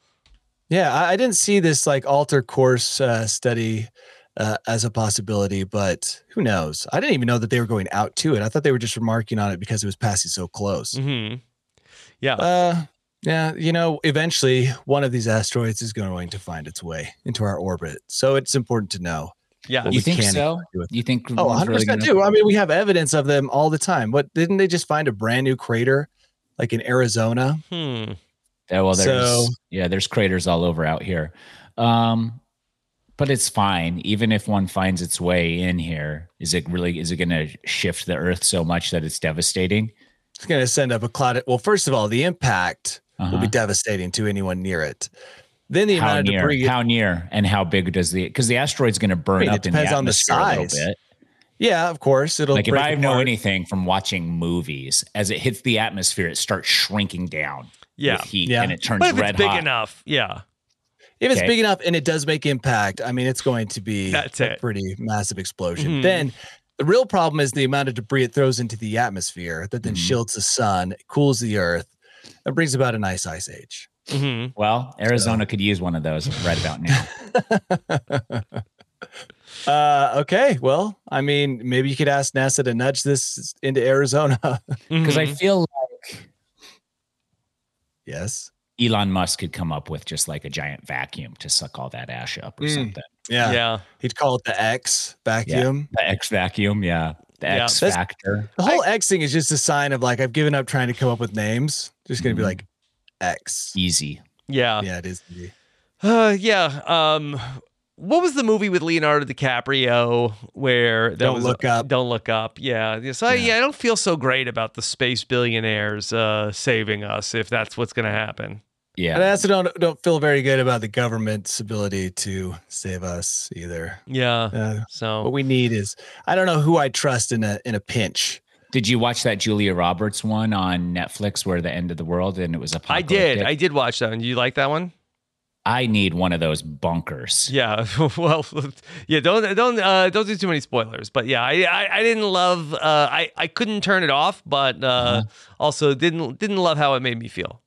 Yeah, I, I didn't see this like alter course uh, study uh, as a possibility, but who knows? I didn't even know that they were going out to it. I thought they were just remarking on it because it was passing so close. Mm-hmm. Yeah. Uh, yeah, you know, eventually one of these asteroids is going to find its way into our orbit, so it's important to know. yeah. what You we think can and so? can't do with You think Oh, one's 100 really percent gonna- do. I mean, we have evidence of them all the time. What didn't they just find a brand new crater, like in Arizona? Hmm. Yeah, Oh, well, there's So- yeah, there's craters all over out here. Um, but it's fine, even if one finds its way in here. Is it really? Is it going to shift the Earth so much that it's devastating? It's going to send up a cloud. Well, first of all, the impact will Uh-huh. be devastating to anyone near it. Then the how amount of near? debris. How near? And how big does the? Because the asteroid's going to burn I mean, it up in the depends on the atmosphere a size. little bit. yeah, of course, it'll Like if break I know apart. anything from watching movies, as it hits the atmosphere, it starts shrinking down. Yeah. with heat, Yeah. and it turns But if red it's big hot. enough, yeah. If it's Okay. big enough and it does make impact, I mean, it's going to be That's a it. pretty massive explosion. Mhm. Then the real problem is the amount of debris it throws into the atmosphere that then Mhm. shields the sun, cools the earth, and brings about a nice ice age. Mm-hmm. Well, Arizona could use one of those right about now. Uh, okay, well, I mean, maybe you could ask NASA to nudge this into Arizona. Because Mm-hmm. I feel like yes. Elon Musk could come up with just like a giant vacuum to suck all that ash up or Mm. something. Yeah. yeah. He'd call it the X vacuum. The X vacuum, yeah. The Yeah. X That's- factor. The whole X thing is just a sign of like I've given up trying to come up with names. Just gonna be Mhm. like X. Easy. Yeah. Mm-hmm. Yeah, it is. easy. Uh, yeah. Um, what was the movie with Leonardo DiCaprio where that Don't was- Look Up. Don't look up. Yeah. Yeah, So I, yeah, I don't feel so great about the space billionaires uh, saving us if that's what's going to happen. And I also don't don't feel very good about the government's ability to save us either. Yeah. Uh, so what we need is I don't know who I trust in a in a pinch. Did you watch that Julia Roberts one on Netflix where the end of the world and it was a I did. I did watch that one. You like that one? I need one of those bunkers. Yeah. Well, yeah. Don't don't uh, don't do too many spoilers. But yeah, I I, I didn't love. Uh, I I couldn't turn it off, but uh, Uh-huh. also didn't didn't love how it made me feel.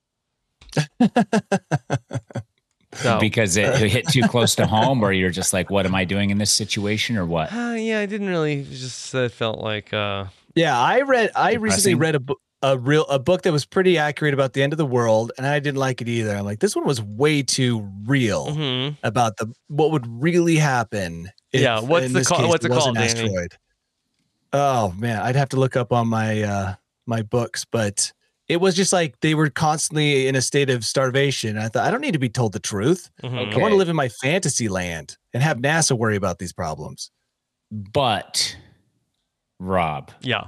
So- Because it, it hit too close to home or you're just like, what am I doing in this situation or what? Uh, yeah, I didn't really. it Just uh, felt like. Uh, Yeah, I read. I recently Depressing. read a book, a real a book that was pretty accurate about the end of the world, and I didn't like it either. I'm like, this one was way too real Mm-hmm. about the what would really happen. Yeah, what's in the this call- what's it it was called, an Danny? Oh man, I'd have to look up on my uh my books, but it was just like they were constantly in a state of starvation. I thought I don't need to be told the truth. Mhm. Mm-hmm. I want Okay. to live in my fantasy land and have NASA worry about these problems. But Rob, yeah,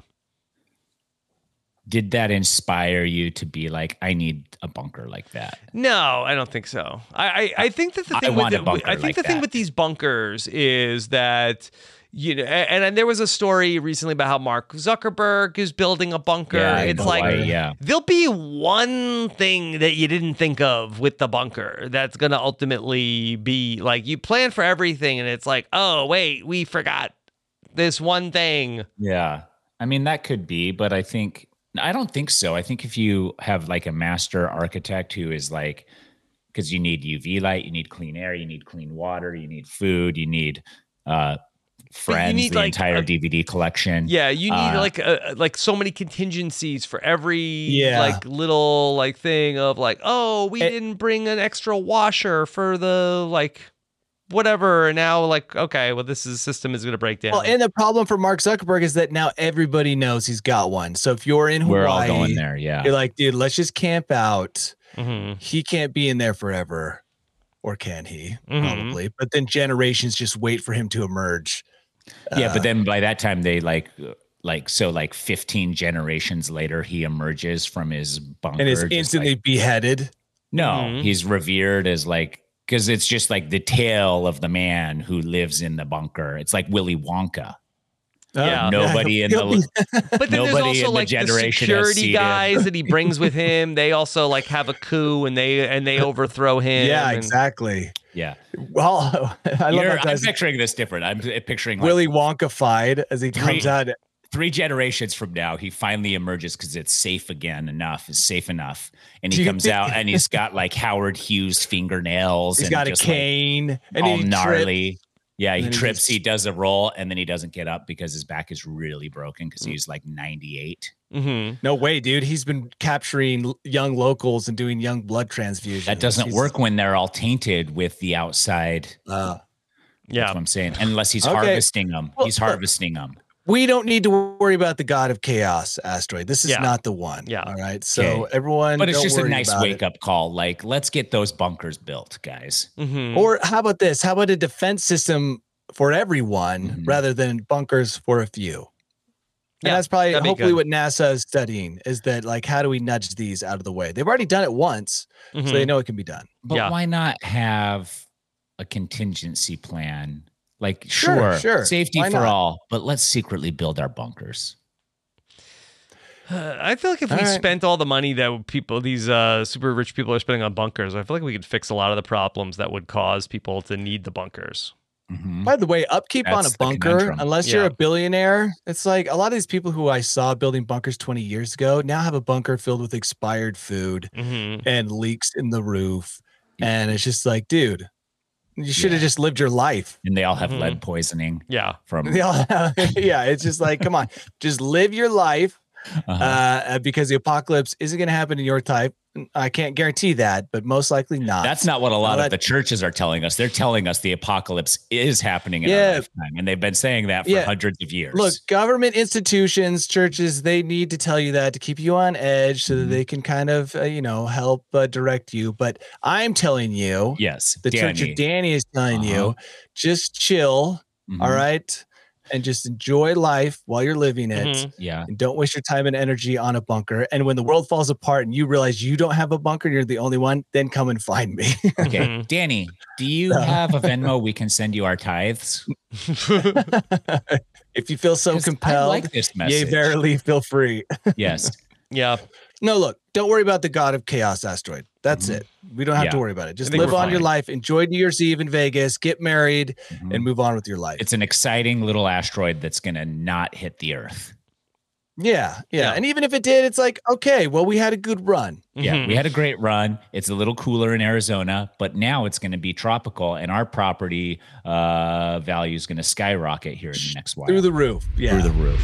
did that inspire you to be like, I need a bunker like that? No, I don't think so. I I, I think that the I thing with want a the- bunker I think like the thing that. with these bunkers is that you know, a- and, and there was a story recently about how Mark Zuckerberg is building a bunker. Yeah, in it's Hawaii, like yeah. there'll be one thing that you didn't think of with the bunker that's gonna ultimately be like you plan for everything, and it's like, oh wait, we forgot this one thing. Yeah. I mean, that could be, but I think, I don't think so. I think if you have like a master architect who is like, because you need UV light, you need clean air, you need clean water, you need food, you need uh, friends, need, the like, entire a- DVD collection. Yeah, you need Uh, like a, like so many contingencies for every Yeah. like little like thing of like, oh, we didn't bring an extra washer for the like whatever, and now like okay, well this is system is gonna break down. Well, and the problem for Mark Zuckerberg is that now everybody knows he's got one. So if you're in Hawaii, We're all going there, Mm-hmm. yeah. You're like, dude, let's just camp out. He can't be in there forever, or can he? Mhm. Probably. But then generations just wait for him to emerge. yeah, Uh, but then by that time they like, like so like 15 generations later he emerges from his bunker and is just, like, instantly beheaded. No, Mhm. he's revered as like because it's just like the tale of the man who lives in the bunker. It's like Willy Uh, Wonka. Yeah. nobody in the but then there's nobody in also the like the generation has seen security him. guys that he brings with him. They also like have a coup and they and they overthrow him. yeah, and- exactly. yeah. Well, I love You're- that I'm guy's picturing this different. I'm picturing like Willy Wonka fied as he comes out. three generations from now. He finally emerges because it's safe again enough. It's safe enough, and Do he you comes think- out and he's got like Howard Hughes fingernails. He's and got a just, like, cane and all he gnarly. Yeah, And he then he trips, he does a roll, and then he doesn't get up because his back is really broken because he's like 98. Mm-hmm. No way, dude. He's been capturing l- young locals and doing young blood transfusions. That doesn't He's- work when they're all tainted with the outside. uh, yeah, that's what I'm saying. Unless he's Okay. harvesting them, Well, he's look. harvesting them. We don't need to worry about the god of chaos asteroid. This is Yeah. not the one. Yeah. All right. So everyone, but it's don't just a worry nice about it. wake up call. Like, let's get those bunkers built, guys. Mm-hmm. Or how about this? How about a defense system for everyone Mm-hmm. rather than bunkers for a few? And Yeah, that's probably that'd be hopefully good. what NASA is studying is that like how do we nudge these out of the way? They've already done it once, so they Mm-hmm. Mhm. know it can be done. But why not have a contingency plan? Like, Sure, sure, sure. safety Why for not? all, but let's secretly build our bunkers. Uh, I feel like if All we right. spent all the money that people, these uh, super rich people, are spending on bunkers, I feel like we could fix a lot of the problems that would cause people to need the bunkers. Mm-hmm. By the way, upkeep on Mm. That's a the bunker, conundrum. unless you're Yeah. a billionaire, it's like a lot of these people who I saw building bunkers 20 years ago now have a bunker filled with expired food Mm-hmm. Mm. and leaks in the roof. And it's just like, dude, you should have just lived your life. And they all have Mhm. lead poisoning. Yeah. From They all- yeah, it's just like, come on, just live your life. Uh-huh. uh, because the apocalypse isn't going to happen in your type. I can't guarantee that, but most likely not. That's not what a lot Now of the that- churches are telling us. They're telling us the apocalypse is happening in Yeah. our lifetime, and they've been saying that for Yeah. hundreds of years. Look, government institutions, churches, they need to tell you that to keep you on edge so that Mm-hmm. they can kind of, uh, you know, help uh, direct you. But I'm telling you, yes, the church Danny. of Danny is telling Uh-huh. you, just chill, all Mhm. right? And just enjoy life while you're living it. Mhm. Yeah. And don't waste your time and energy on a bunker. And when the world falls apart and you realize you don't have a bunker, you're the only one, then come and find me. Okay, Danny, do you have a Venmo we can send you our tithes? if you feel so compelled, like this yea, message. verily, feel free. Yes. yeah. No, look, don't worry about the God of Chaos asteroid. That's it. We don't have to Mm-hmm. Yeah. worry about I it. Just think live we're on your fine. Mm-hmm. life, enjoy New Year's Eve in Vegas, get married, and move on with your life. It's an exciting little asteroid that's going to not hit the Earth. Yeah, yeah, And even if it did, it's like, okay, well, we had a good run. Yeah, we had a great run. It's a little cooler in Arizona, but now it's going to be tropical, and our property uh, value is going to skyrocket here in the next while. Through the roof. Yeah. Through the roof.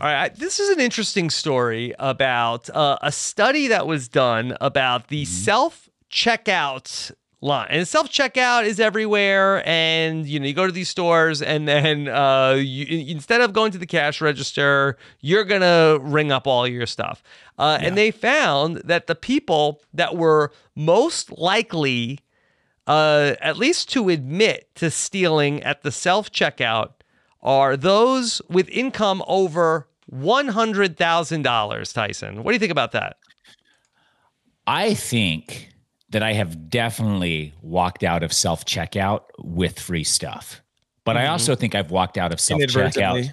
All right, I- this is an interesting story about uh, a study that was done about the self checkout line. And self checkout is everywhere, and you know you go to these stores, and then uh, you, in- instead of going to the cash register, you're gonna ring up all your stuff. Uh, And they found that the people that were most likely uh, at least to admit to stealing at the self checkout are those with income over $100,000, Tyson. What do you think about that? I think that I have definitely walked out of self checkout with free stuff, but I Mm-hmm. Mhm. also think I've walked out of self checkout Inadvertently.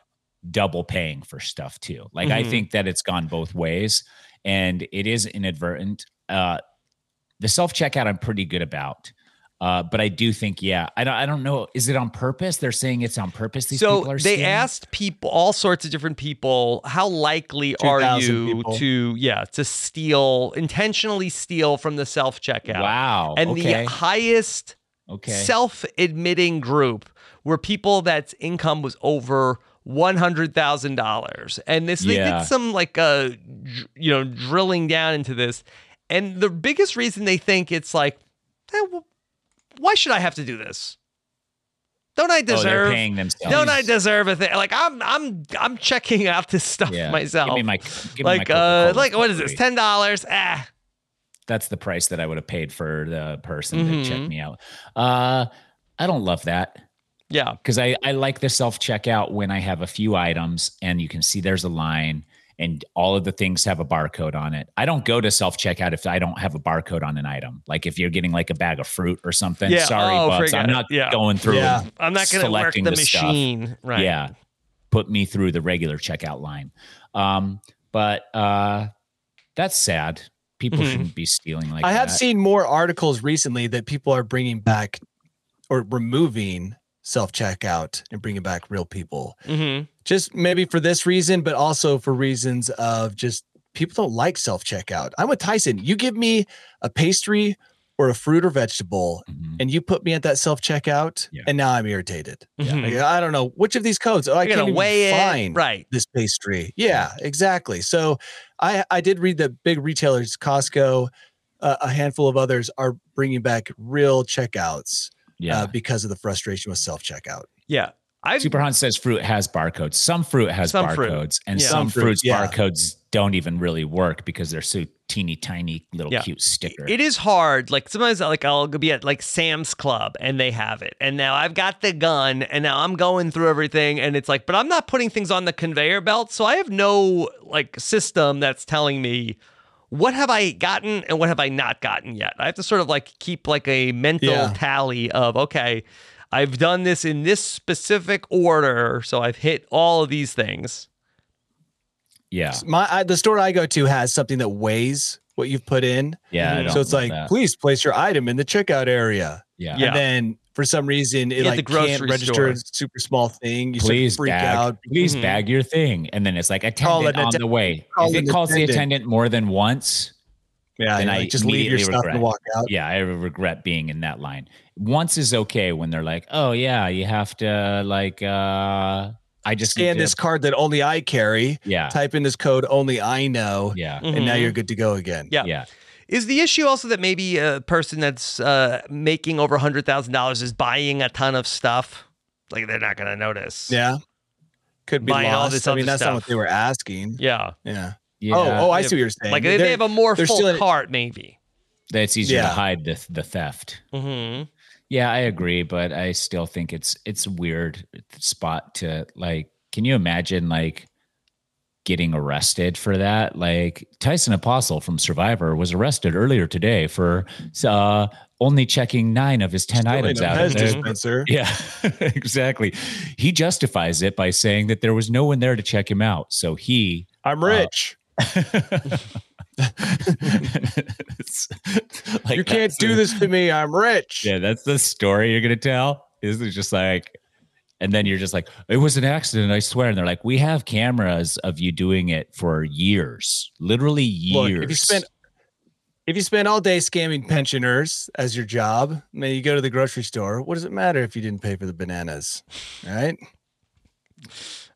double paying for stuff too. Like I Mm-hmm. Mhm. think that it's gone both ways and it is inadvertent. Uh, the self checkout I'm pretty good about. Uh, but I do think, yeah, I don't, I don't know. Is it on purpose? They're saying it's on purpose. These so people are they stealing? asked people, all sorts of different people, how likely are 2,000 you people. to, yeah, to steal, intentionally steal from the self checkout? Wow, And okay. the highest Okay. self admitting group were people that's income was over $100,000. And this, they Yeah. did some like, uh, dr- you know, drilling down into this. And the biggest reason they think it's like, "Eh, well, why should I have to do this? Don't I Oh, they're deserve? paying themselves. Don't I deserve a thing? Like I'm, I'm, I'm checking out this stuff Yeah. myself. Give me my, give me my like, uh, Coca-Cola like what is for this? free. Ten dollars? Ah, that's the price that I would have paid for the person that Mhm. checked me out. Uh, I don't love that. Yeah. Because I, I like the self checkout when I have a few items and you can see there's a line and all of the things have a barcode on it. I don't go to self checkout if I don't have a barcode on an item. Like if you're getting like a bag of fruit or something, Yeah, sorry, oh, Bubs, forget I'm not it. Yeah. going through. Yeah. and I'm not gonna work selecting the stuff. machine. Right. Yeah. Put me through the regular checkout line. Um, but uh, that's sad. People Mhm. shouldn't be stealing like I have that. seen more articles recently that people are bringing back or removing self checkout and bringing back real people. Mm-hmm. Just maybe for this reason, but also for reasons of just people don't like self checkout. I'm with Tyson. You give me a pastry or a fruit or vegetable, and you put me at that self checkout, and now I'm irritated. Mhm. Like, I don't know which of these codes. Oh, I You're gonna can't even weigh it, find right. this pastry. Yeah, exactly. So I I did read that big retailers, Costco, uh, a handful of others, are bringing back real checkouts. Yeah. uh, because of the frustration with self checkout. Yeah. I Super Hunt says fruit has barcodes. Some fruit has Some barcodes, fruit. and Yeah. some Some fruit, fruits yeah. barcodes don't even really work because they're so teeny tiny little Yeah. cute sticker. It is hard. Like sometimes, like I'll be at like Sam's Club and they have it, and now I've got the gun, and now I'm going through everything, and it's like, but I'm not putting things on the conveyor belt, so I have no like system that's telling me what have I gotten and what have I not gotten yet. I have to sort of like keep like a mental Yeah. tally of okay. I've done this in this specific order, so I've hit all of these things. Yeah. My I, the store I go to has something that weighs what you've put in. Yeah, I So don't it's love like, that. please place your item in the checkout area. Yeah. And Yeah. then for some reason it Yeah, the like can't grocery register store. a super small thing. You sort please of freak bag, out. please Mhm. bag your thing, and then it's like Call attendant an on atten- the way. call If an it calls the attendant. attendant more than once, Yeah, then you're I like, just leave your immediately stuff regret. and walk out. Yeah, I regret being in that line. Once is okay when they're like, oh yeah, you have to like. uh I just need Scan to- this card that only I carry. Yeah. Type Mm, in this code only I know. Yeah. And now Mhm. you're good to go again. Yeah. Yeah. Is the issue also that maybe a person that's uh, making over $100,000 is buying a ton of stuff? Like they're not going to notice. Yeah. Could be Buying all lost. this I other mean, that's not what stuff. they were asking. Yeah. Yeah. Yeah. Oh, oh, I They- see what you're saying. Like they, they They're- have a more they're full stealing- cart, maybe. That's easier to Yeah. hide the the theft. hmm Yeah, I agree, but I still think it's it's a weird spot to like. Can you imagine like getting arrested for that? Like Tyson Apostle from Survivor was arrested earlier today for uh, only checking nine of his ten items a out. Pez of there. dispenser. Yeah, exactly. He justifies it by saying that there was no one there to check him out, so he I'm rich. It's like you can't that's do a- this to me. I'm rich. Yeah, that's the story you're gonna tell. This is just like, and then you're just like, it was an accident, I swear. And they're like, we have cameras of you doing it for years, literally Look, years. if you spend if you spend all day scamming pensioners as your job, and then you go to the grocery store, what does it matter if you didn't pay for the bananas? Right?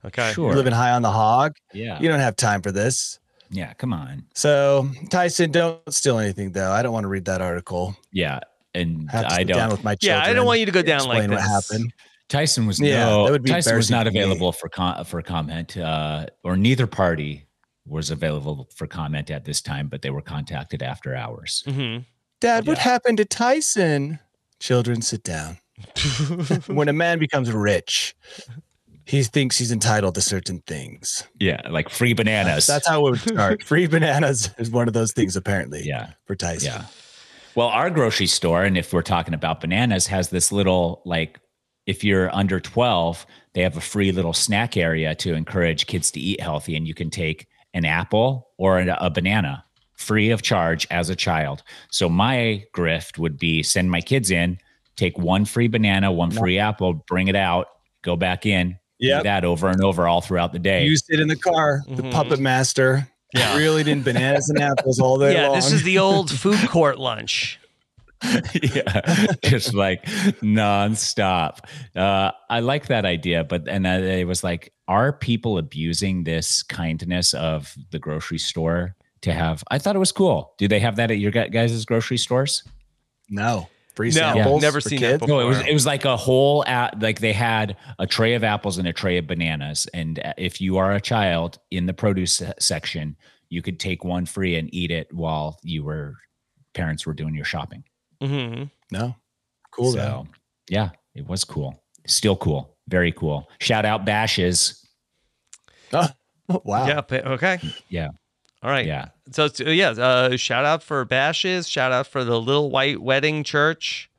Okay. Sure. You're living high on the hog. yeah, You don't have time for this. yeah, come on, So Tyson, don't steal anything though. I don't want to read that article. yeah, and Have to I sit down don't. with my Yeah, children. I don't want you to go down like explain this. what happened. Tyson was Yeah, no, that would be Tyson was embarrassing for me. not available for com- for comment, uh, or neither party was available for comment at this time, but they were contacted after hours. Mm-hmm. hmm Dad, what happened to Tyson? Children, sit down. when a man becomes rich, he thinks he's entitled to certain things. Yeah, like free bananas. That's how it would start. Free bananas is one of those things, apparently. Yeah. For Tyson. Yeah. Well, our grocery store, and if we're talking about bananas, has this little like if you're under 12, they have a free little snack area to encourage kids to eat healthy, and you can take an apple or a, a banana free of charge as a child. So my grift would be send my kids in, take one free banana, one free apple, bring it out, go back in, do Yep. that over and over all throughout the day. Used it in the car, the puppet master. Mm-hmm. Yeah. Really did bananas and apples all day Yeah, long. this is the old food court lunch. yeah, just like nonstop. Uh, I like that idea, but and I, it was like, are people abusing this kindness of the grocery store to have? I thought it was cool. Do they have that at your gu- guys' grocery stores? no. Free No, samples. never for seen kids. that No, it was before. it was like a whole at, like they had a tray of apples and a tray of bananas, and uh, if you are a child in the produce se- section, you could take one free and eat it while you were parents were doing your shopping. hmm No. Cool. so though. yeah, it was cool. Still cool. Very cool. Shout out Bashes. Oh, wow. Yeah. pa- eh, Okay. Yeah. All right. Yeah. So, it's- uh, yeah, uh, shout out for Bashes. Shout out for the Little White Wedding Church.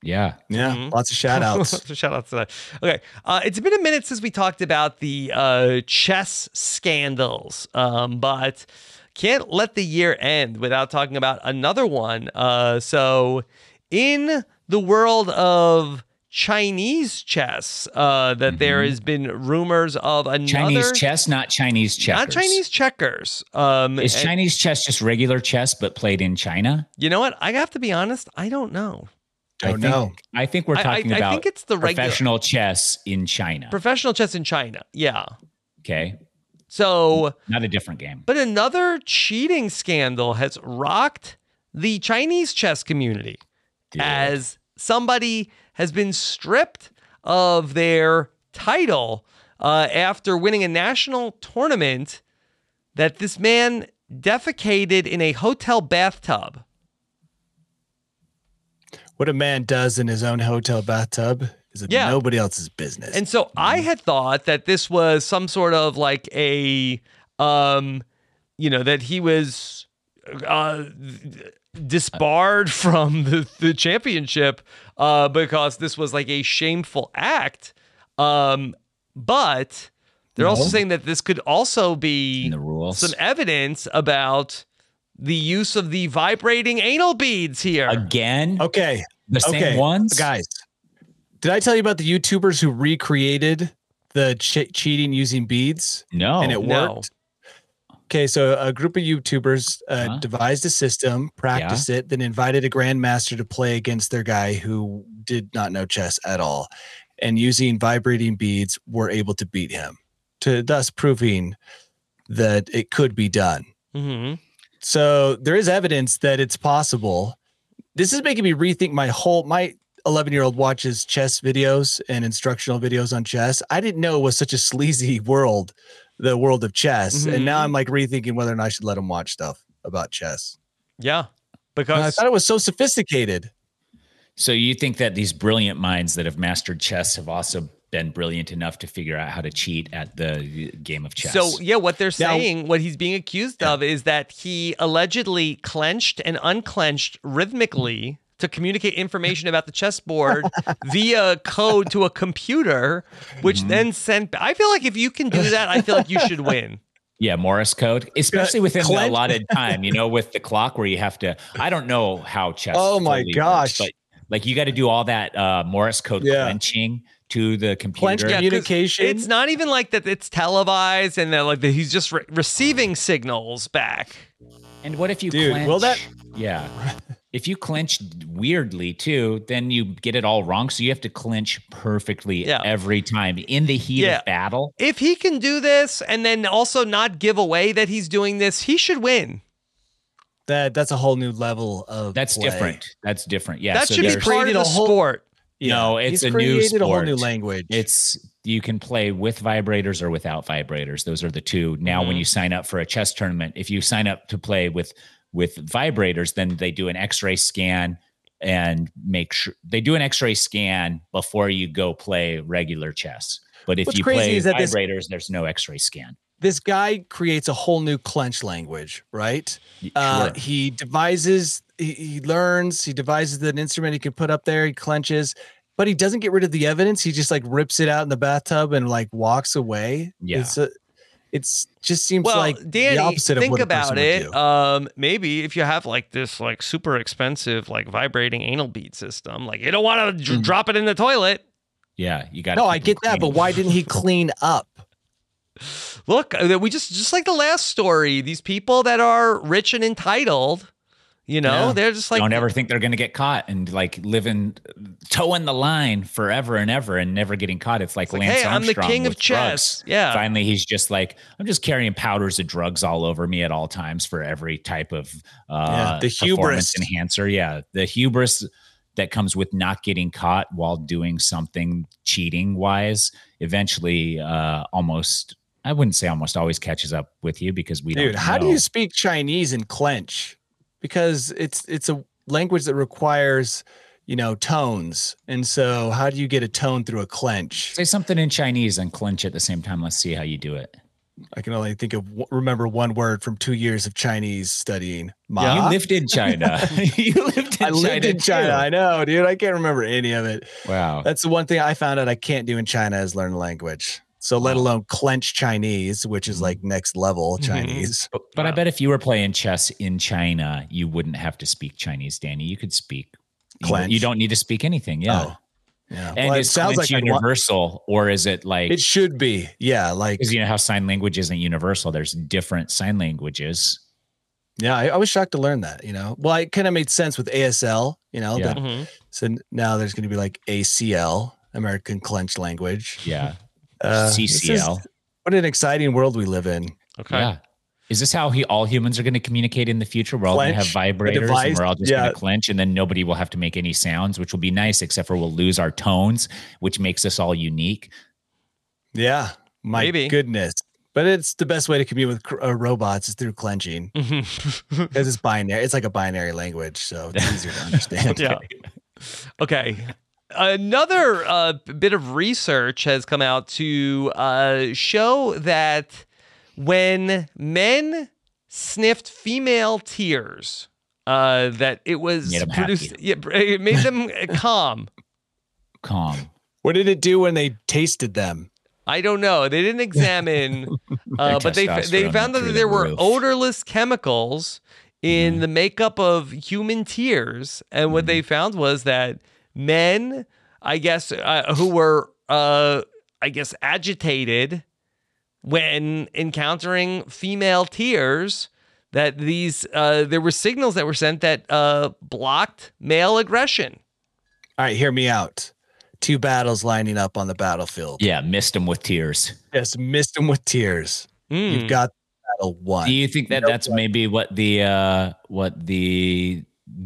Yeah. Yeah. Mm-hmm. Lots of shout outs. Lots of shout outs tonight. Okay. Uh, it's been a minute since we talked about the uh, chess scandals, um, but can't let the year end without talking about another one. Uh, so, in the world of Chinese chess, uh, that there has been rumors of another Mm-hmm. Chinese chess, not Chinese checkers. not Chinese checkers. Um, Is and- Chinese chess just regular chess but played in China? You know what? I have to be honest. I don't know. I Don't think, know. I think we're I- I- talking I about think it's the regular- professional chess in China. Professional chess in China. Yeah. Okay. So, Not a different game. but another cheating scandal has rocked the Chinese chess community as somebody has been stripped of their title uh, after winning a national tournament that this man defecated in a hotel bathtub. What a man does in his own hotel bathtub is it Yeah. nobody else's business. And so I had thought that this was some sort of like a, um, you know, that he was uh, disbarred from the, the championship uh, because this was like a shameful act. Um, but they're also No. saying that this could also be The rules. some evidence about the use of the vibrating anal beads here. Again, Okay. the same okay. ones. Guys, did I tell you about the YouTubers who recreated the che- cheating using beads? No. And it No. worked. Okay, so a group of YouTubers uh, devised a system, practiced it, then invited a grandmaster to play against their guy who did not know chess at all, and using vibrating beads were able to beat him, to thus proving that it could be done. Mm-hmm. So there is evidence that it's possible. This is making me rethink my whole my 11 year old watches chess videos and instructional videos on chess. I didn't know it was such a sleazy world, the world of chess. Mm-hmm. And now I'm like rethinking whether or not I should let them watch stuff about chess. Yeah. And I Because thought it was so sophisticated. So you think that these brilliant minds that have mastered chess have also been brilliant enough to figure out how to cheat at the game of chess? So yeah, what they're Now- saying, what he's being accused of, is that he allegedly clenched and unclenched rhythmically to communicate information about the chessboard via code to a computer, which Mm-hmm. then sent. I feel like if you can do that, I feel like you should win. Yeah, Morse code, especially within the Clint- allotted time, you know, with the clock where you have to. I don't know how chess. Oh my fully works, gosh. but like you got to do all that uh, Morse code Yeah. clenching to the Clench computer. 'cause communication. It's not even like that. It's televised, and that like that he's just re- receiving signals back. And what if you Dude, clench? will that- Yeah. If you clench weirdly too, then you get it all wrong. So you have to clench perfectly Yeah. every time in the heat Yeah. of battle. If he can do this, and then also not give away that he's doing this, he should win. that that's a whole new level of That's play. different. That's different. Yeah. that so should be there's- part of created a the whole- sport. No, it's he's a new created a whole sport. new language. It's you can play with vibrators or without vibrators. Those are the two. Now, when Mm-hmm. Mhm. you sign up for a chess tournament, if you sign up to play with with vibrators, then they do an X-ray scan and make sure they do an X-ray scan before you go play regular chess. But if What's you crazy play is that this- vibrators, there's no X-ray scan. this guy creates a whole new clench language, right? Uh, sure. he devises, he, he learns, he devises an instrument he can put up there, he clenches, but he doesn't get rid of the evidence. He just like rips it out in the bathtub and like walks away. Yeah. It's, a, it's just seems well, like Danny, the opposite think of what a person about would it. do. Um, maybe if you have like this like super expensive like vibrating anal bead system, like you don't want to dr- Mm. drop it in the toilet. Yeah, you got. no, I get that, but why didn't he clean up? Look, uh, we just just like the last story, these people that are rich and entitled, you know, Yeah. they're just like don't ever think they're going to get caught and like living toeing the line forever and ever and never getting caught. It's like, like, Lance hey, I'm the Armstrong king of with chess. drugs. Yeah. Finally, he's just like, I'm just carrying powders of drugs all over me at all times for every type of uh, Yeah, the performance hubris. enhancer. Yeah, the hubris that comes with not getting caught while doing something cheating wise. Eventually, uh, almost. I wouldn't say almost always catches up with you because we Dude, don't how do know. you speak Chinese in clench? Because it's it's a language that requires you know, tones. And so, how do you get a tone through a clench? Say something in Chinese and clench at the same time. Let's see how you do it. I can only think of remember one word from two years of Chinese studying. Yeah, you lived in China. you lived in I lived China, in China. too. I know, dude. I can't remember any of it. Wow. That's the one thing I found out I can't do in China is learn a language. So let alone clench Chinese, which is Mm-hmm. like next level Chinese. But, but I bet if you were playing chess in China, you wouldn't have to speak Chinese, Danny. You could speak. you- Clench. You, don't need to speak anything. Yeah. Oh, yeah. And Well, it is sounds sounds like I'd wa- universal, or is it like It should be. Yeah, like because you know how sign language isn't universal. There's different sign languages. Yeah, I, I was shocked to learn that, you know. Well, it kind of made sense with ASL, you know. Yeah. That, Mm-hmm. Mhm. So n- now there's going to be like ACL, American Clench Language. Uh, Yeah. this is- CCL. what an exciting world we live in. Okay. Yeah. Is this how he, all humans are going to communicate in the future? We're all going to have Clench, a vibrators and device, we're all just yeah. going to clench and then nobody will have to make any sounds, which will be nice, except for we'll lose our tones, which makes us all unique. Yeah. My Maybe. goodness. But it's the best way to commune with cr- uh, robots is through clenching Mm-hmm. because it's binary. It's like a binary language, so it's easier to understand. Yeah. Okay. Another uh, bit of research has come out to uh, show that when men sniffed female tears, uh, that it was Made 'em happy. produced. Yeah, it made them calm. Calm. What did it do when they tasted them? I don't know. They didn't examine, uh, Their but they they testosterone found went out through that the there were roof. odorless chemicals Mm-hmm. in the makeup of human tears, and what they found was that men, I guess, uh, who were, uh, I guess, agitated when encountering female tears, that these uh, there were signals that were sent that uh, blocked male aggression. All right, hear me out. Two battles lining up on the battlefield. Yeah. Missed him with tears. Just missed them with tears. Mm. Hmm. You've got battle one. Do you think that Nope. that's maybe what the, uh, what the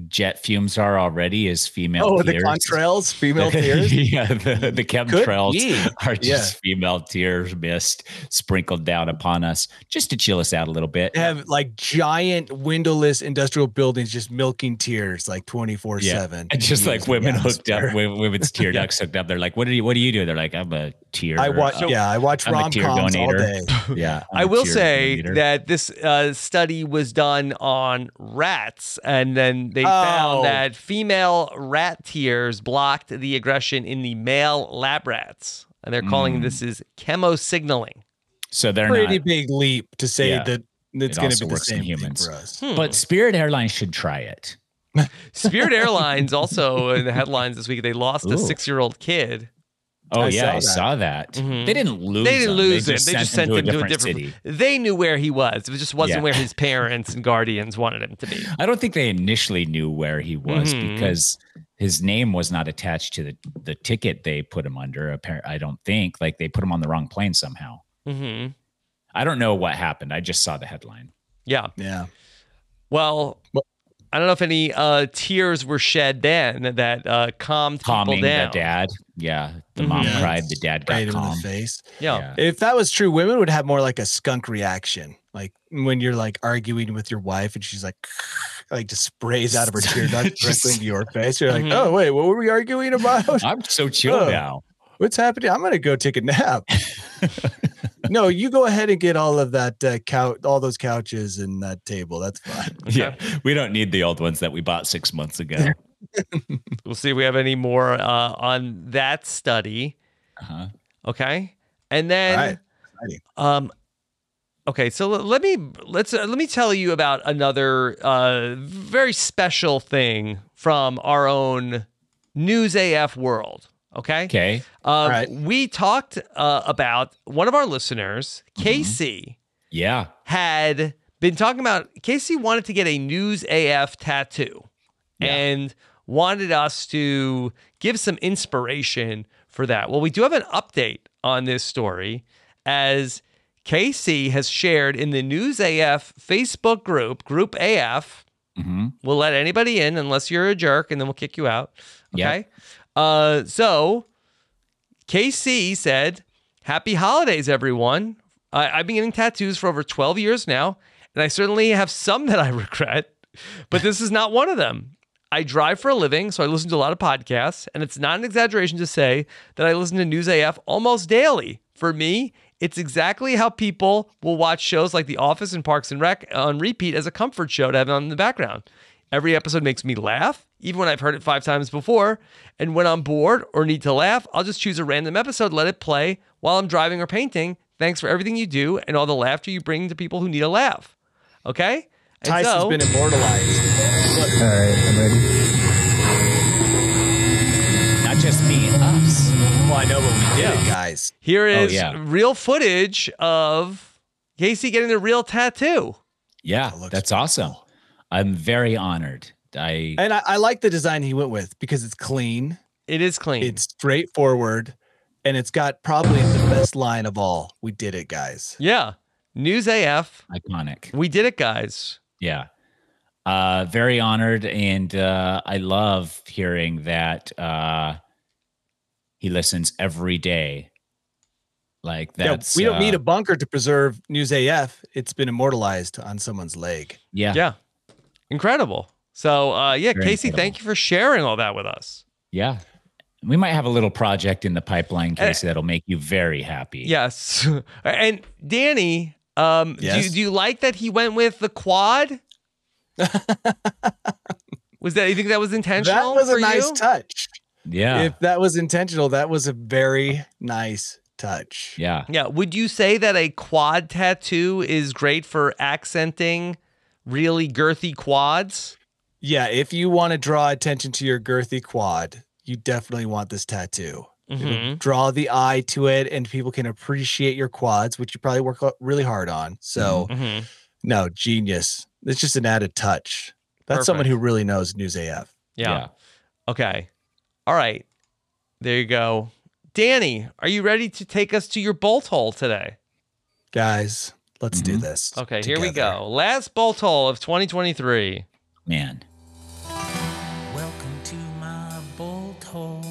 jet fumes are already is female Oh, the tears? contrails, female tears. yeah, the, the chemtrails be. are just female tears mist sprinkled down upon us just to chill us out a little bit. They have like giant windowless industrial buildings just milking tears like 24 7. And just like women hooked up, wo- women's tear ducts hooked up. They're like, "What do you? What do you do?" They're like, "I'm a tear." I watch- yeah, I watch I'm a tear rom-coms all donator." yeah, i will say that this uh, study was done on rats, and then they Oh. found that female rat tears blocked the aggression in the male lab rats, and they're calling Mm. this is chemo signaling. so. They're Pretty not, big leap to say Yeah. that it's it going to also be the works in same humans. thing for us. But Spirit Airlines should try it. Spirit Airlines also in the headlines this week they lost Ooh. a six-year-old kid. Oh I yeah, saw I that. saw that. Mhm. They didn't lose. They didn't him. lose it. They just sent him him to a different. city. They knew where he was. It just wasn't Yeah. where his parents and guardians wanted him to be. I don't think they initially knew where he was Mhm. because his name was not attached to the, the ticket they put him under. Apparent, I don't think like they put him on the wrong plane somehow. Mm-hmm. I don't know what happened. I just saw the headline. Yeah. Yeah. Well, I don't know if any uh, tears were shed then that uh, calmed Calming people down. the dad. Yeah, the mom Mhm. cried. The dad got Right in the calm. face. Yeah. If that was true, women would have more like a skunk reaction. Like when you're like arguing with your wife and she's like, like just sprays out of her tear duct directly into your face. You're like, Mhm. oh, wait, what were we arguing about? I'm so chill Oh, now. What's happening? I'm going to go take a nap. no, you go ahead and get all of that uh, couch, all those couches and that table. That's fine. Yeah, we don't need the old ones that we bought six months ago. We'll see if we have any more uh, on that study. Uh-huh. Okay. And then, um, okay. So l- let me let's uh, let me tell you about another uh, very special thing from our own news AF world. Okay. Okay. Uh, We talked uh, about one of our listeners, Casey. Yeah. had been talking about Casey wanted to get a news AF tattoo and wanted us to give some inspiration for that. Well, we do have an update on this story as Casey has shared in the News AF Facebook group, Group AF. We'll let anybody in unless you're a jerk and then we'll kick you out. Yeah. Okay. Uh, so KC said, Happy holidays, everyone. I, I've been getting tattoos for over 12 years now, and I certainly have some that I regret, but this is not one of them. I drive for a living, so I listen to a lot of podcasts, and it's not an exaggeration to say that I listen to News AF almost daily. For me, it's exactly how people will watch shows like The Office and Parks and Rec on repeat as a comfort show to have on in the background. Every episode makes me laugh, even when I've heard it five times before. And when I'm bored or need to laugh, I'll just choose a random episode, let it play while I'm driving or painting. Thanks for everything you do and all the laughter you bring to people who need a laugh. Okay? And Tyson's so- been immortalized. Look. All right, I'm ready. Not just me, us. Well, I know, but we did it, guys. Here is Oh, yeah. real footage of Casey getting a real tattoo. Yeah, that's awesome. I'm very honored. I And I, I like the design he went with because it's clean. It is clean. It's straightforward, and it's got probably the best line of all. We did it, guys. Yeah. News AF. iconic. We did it, guys. Yeah. Uh, very honored. And uh, I love hearing that uh, he listens every day. Like that's. yeah, we don't uh, need a bunker to preserve News AF. It's been immortalized on someone's leg. Yeah. Yeah. Incredible. So, uh, yeah, Very Casey, incredible. thank you for sharing all that with us. Yeah. We might have a little project in the pipeline Eh. case that'll make you very happy. Yes. and Danny, um, do, Yes. you, do you like that he went with the quad? was that you think that was intentional? That was for a nice you? touch. Yeah. If that was intentional, that was a very nice touch. yeah. Yeah. Would you say that a quad tattoo is great for accenting really girthy quads? Yeah, if you want to draw attention to your girthy quad, you definitely want this tattoo. It'll Mhm. Draw the eye to it, and people can appreciate your quads, which you probably work o- really hard on. So, Mhm. no, genius. It's just an added touch. That's someone who Perfect. really knows News AF. Yeah. Yeah. Okay. All right. There you go. Danny, are you ready to take us to your bolt hole today? Guys, let's do this. Mm-hmm. Okay, here we go. Last bolt hole of 2023. Man. Welcome to my bolt hole.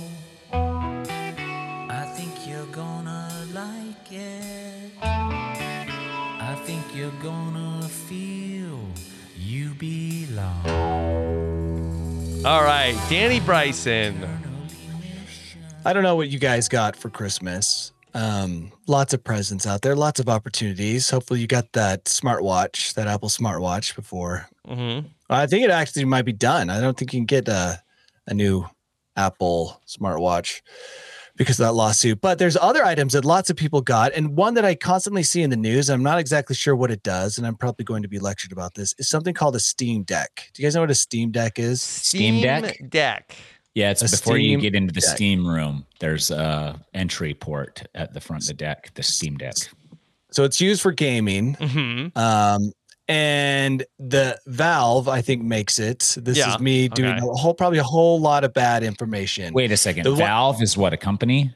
I think you're gonna like it. I think you're gonna feel you belong. All right, Danny Bryson. I don't know what you guys got for Christmas. Um, lots of presents out there, lots of opportunities. Hopefully, you got that smartwatch, that Apple smartwatch before. Mm-hmm. I think it actually might be done. I don't think you can get a, a new Apple smartwatch because of that lawsuit. But there's other items that lots of people got, and one that I constantly see in the news. I'm not exactly sure what it does, and I'm probably going to be lectured about this. Is something called a Steam Deck. Do you guys know what a Steam Deck is? Steam Deck? Deck. Yeah, it's A before you Steam get into the Deck. steam room. There's a entry port at the front of the deck, the steam deck. So it's used for gaming. Mm-hmm. Um, and the Valve, I think, makes it. This Yeah, is me doing okay. a whole, probably a whole lot of bad information. Wait a second. The one- Valve is what a company?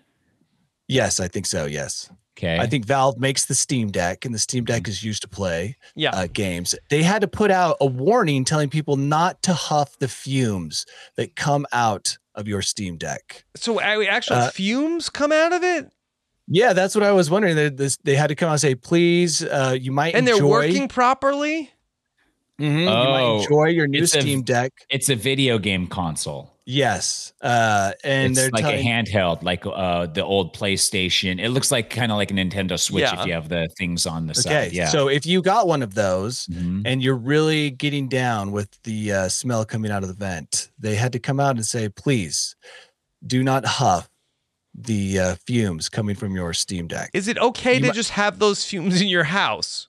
Yes, I think so. Yes. Okay. Mm-hmm. I think Valve makes the Steam Deck, and the Steam Deck is used to play Yeah. uh, games. They had to put out a warning telling people not to huff the fumes that come out of your Steam Deck. So are actual Uh, fumes come out of it, Yeah, that's what I was wondering. They, this, they had to come out and say, "Please, uh, you might and enjoy, they're working properly. Mhm, you might Oh, enjoy your new it's a- Steam Deck." It's a video game console. Yes, uh, and they're it's like telling, a handheld, like uh, the old PlayStation. It looks like kind of like a Nintendo Switch Yeah. if you have the things on the Okay, side. Yeah. so if you got one of those Mm-hmm. Mhm. and you're really getting down with the uh, smell coming out of the vent, they had to come out and say, "Please, do not huff the uh, fumes coming from your Steam Deck." Is it okay You to mi- just have those fumes in your house?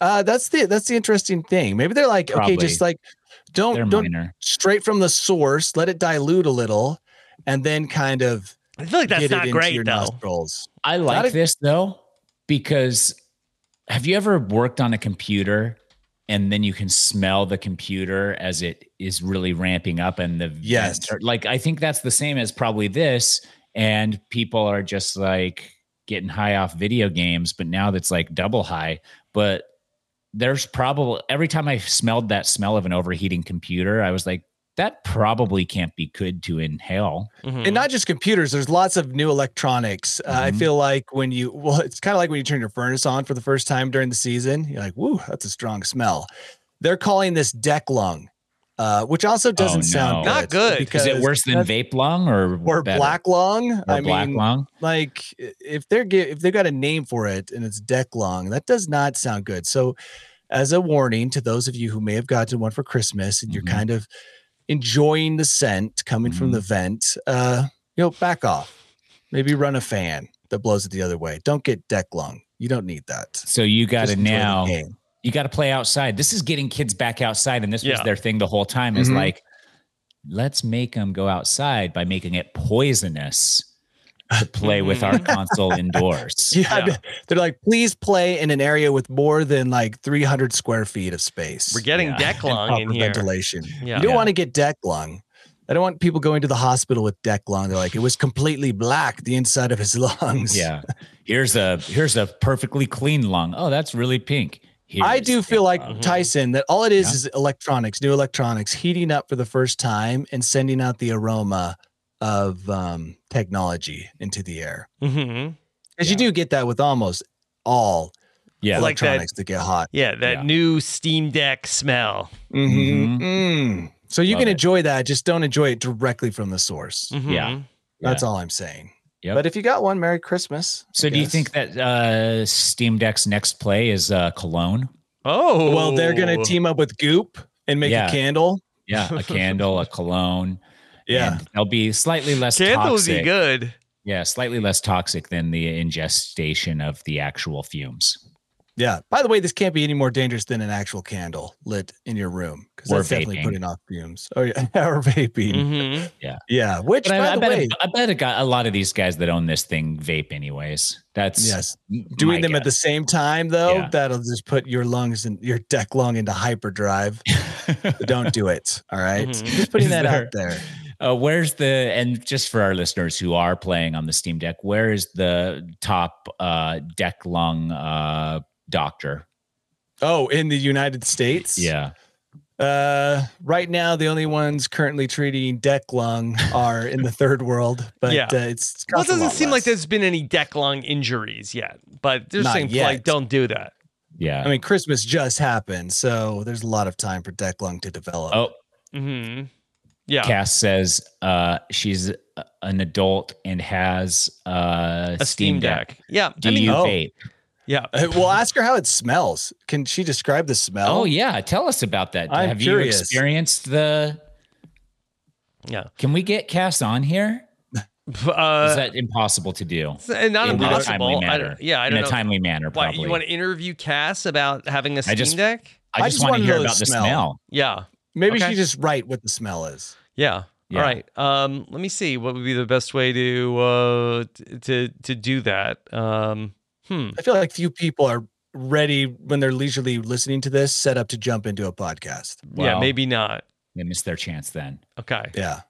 Uh, that's the that's the interesting thing. Maybe they're like, okay, just Probably. like don't They're don't minor. straight from the source. Let it dilute a little, and then kind of. I feel like that's get it not into great, your though. Nostrils. I Not like if- this though because have you ever worked on a computer and then you can smell the computer as it is really ramping up and the Yes. like I think that's the same as probably this and people are just like getting high off video games but now that's like double high but there's probably every time I smelled that smell of an overheating computer I was like that probably can't be good to inhale Mm-hmm. and not just computers there's lots of new electronics uh, Mm-hmm. i feel like when you well it's kind of like when you turn your furnace on for the first time during the season you're like whoo that's a strong smell they're calling this deck lung uh, which also doesn't sound good Oh, Is it worse than that's- vape lung or or better? black long. Or I black mean, lung? like i- if they're gi- if they've got a name for it and it's deck long, that does not sound good. So, as a warning to those of you who may have gotten one for Christmas and Mm-hmm. you're kind of enjoying the scent coming from the vent, uh, you know, back off. Maybe run a fan that blows it the other way. Don't get deck long. You don't need that. So you got to Just enjoy the now, game. you got to play outside. This is getting kids back outside, and this was Yeah. their thing the whole time. Is Mhm. like, let's make them go outside by making it poisonous to play with our console indoors. Yeah, they're like, please play in an area with more than like 300 square feet of space. We're getting Yeah. deck And lung proper in here. Ventilation. Yeah. You don't Yeah. want to get deck lung. I don't want people going to the hospital with deck lung. They're like, it was completely black the inside of his lungs. Yeah. Here's a here's a perfectly clean lung. Oh, that's really pink. I Here's do feel like Tyson that all it is Yeah. is electronics, new electronics heating up for the first time and sending out the aroma of um, technology into the air. Mm-hmm. Because you do get that with almost all yeah. Like that- electronics that get hot. Yeah, that new Steam Deck smell. Mm-hmm. Mhm. Mm. So you Love can it. enjoy that, just don't enjoy it directly from the source. Mm-hmm. Yeah. That's Yeah. all I'm saying. Yep. But if you got one, Merry Christmas. So I do you guess. think that uh Steam Deck's next play is uh cologne? Oh. Well, they're gonna team up with Goop and make Yeah. a candle. Yeah, a candle, a cologne. Yeah. and they'll be slightly less Candle would be toxic. good. Yeah, slightly less toxic than the ingestion of the actual fumes. Yeah. By the way, this can't be any more dangerous than an actual candle lit in your room because Or that's definitely vaping. putting off fumes. Oh yeah, or vaping. Mm-hmm. Yeah. Yeah. Which, But by I, I the bet, way, I bet a, guy, a lot of these guys that own this thing vape anyways. That's yes, m- my doing them at the guess. same time though, Yeah. that'll just put your lungs and your deck lung into hyperdrive. Don't do it. All right? Just putting Mm-hmm. that Is there- out there. Uh, where's the and just for our listeners who are playing on the Steam Deck, where is the top uh, deck lung uh, doctor? Oh, in the United States? Yeah, Uh, right now, the only ones currently treating deck lung are in the third world, but Yeah. uh, it's Well, it costs a doesn't lot seem like less. there's been any deck lung injuries yet, but they're Not saying yet. like don't do that. yeah. I mean, Christmas just happened, so there's a lot of time for deck lung to develop. oh, hmm Yeah. Cass says uh, she's a- an adult and has uh, A Steam Deck. Yeah, Do I mean- you Oh. vape? Yeah. Uh, Well, ask her how it smells. Can she describe the smell? Oh yeah, tell us about that. I'm Have curious. you experienced the? Yeah. Can we get Cass on here? Uh, Is that impossible to do? and not in A impossible. timely I manner. don't- yeah, I in don't a know. timely manner. Why Probably. you want to interview Cass about having a Steam just- Deck? I I just just wanna wanna hear know the about the smell. smell. Yeah. Maybe Okay. she just write what the smell is. Yeah. Yeah. All right. Um, let me see. What would be the best way to uh t- to to do that? Um, hmm. I feel like few people are ready when they're leisurely listening to this set up to jump into a podcast. yeah. Maybe not. They missed their chance then. Okay. Yeah.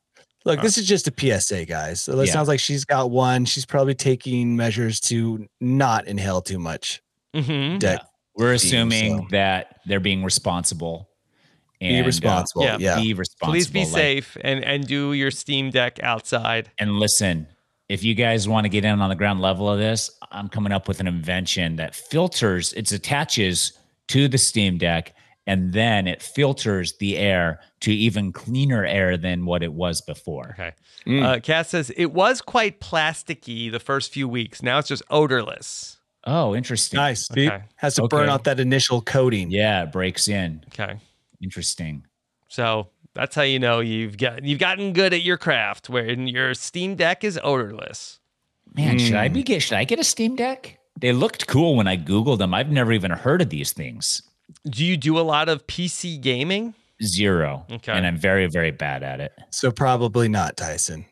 Look, All this is just a PSA, guys. So it Yeah. sounds like she's got one. She's probably taking measures to not inhale too much. Mm-hmm. Deck. We're steam, assuming so- that they're being responsible. Be And, uh, responsible, Yeah. yeah. Be responsible. Please be like- safe and and do your Steam Deck outside. And listen, if you guys want to get in on the ground level of this, I'm coming up with an invention that filters, it attaches to the Steam Deck, and then it filters the air to even cleaner air than what it was before. Okay. Mm. Uh, Cass says it was quite plasticky the first few weeks. Now it's just odorless. oh, interesting. Nice. See? Okay. Has to burn Okay. off that initial coating. Yeah, it breaks in. Okay. Interesting. So that's how you know you've got you've gotten good at your craft, where your Steam Deck is odorless. Man, should Hmm. I be get should I get a Steam Deck? They looked cool when I Googled them. I've never even heard of these things. Do you do a lot of PC gaming? Zero. Okay. And I'm very, very bad at it. So probably not, Tyson.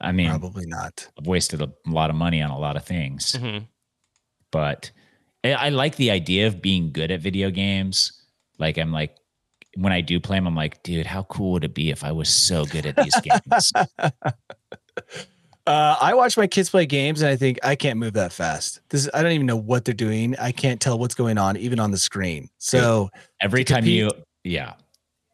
I mean, Probably not. I've wasted a lot of money on a lot of things, but I, I like the idea of being good at video games. Like I'm like, when I do play them, I'm like, dude, how cool would it be if I was so good at these games? Uh, I watch my kids play games and I think I can't move that fast. This is, I don't even know what they're doing. I can't tell what's going on even on the screen. So Every to time you, compete- yeah,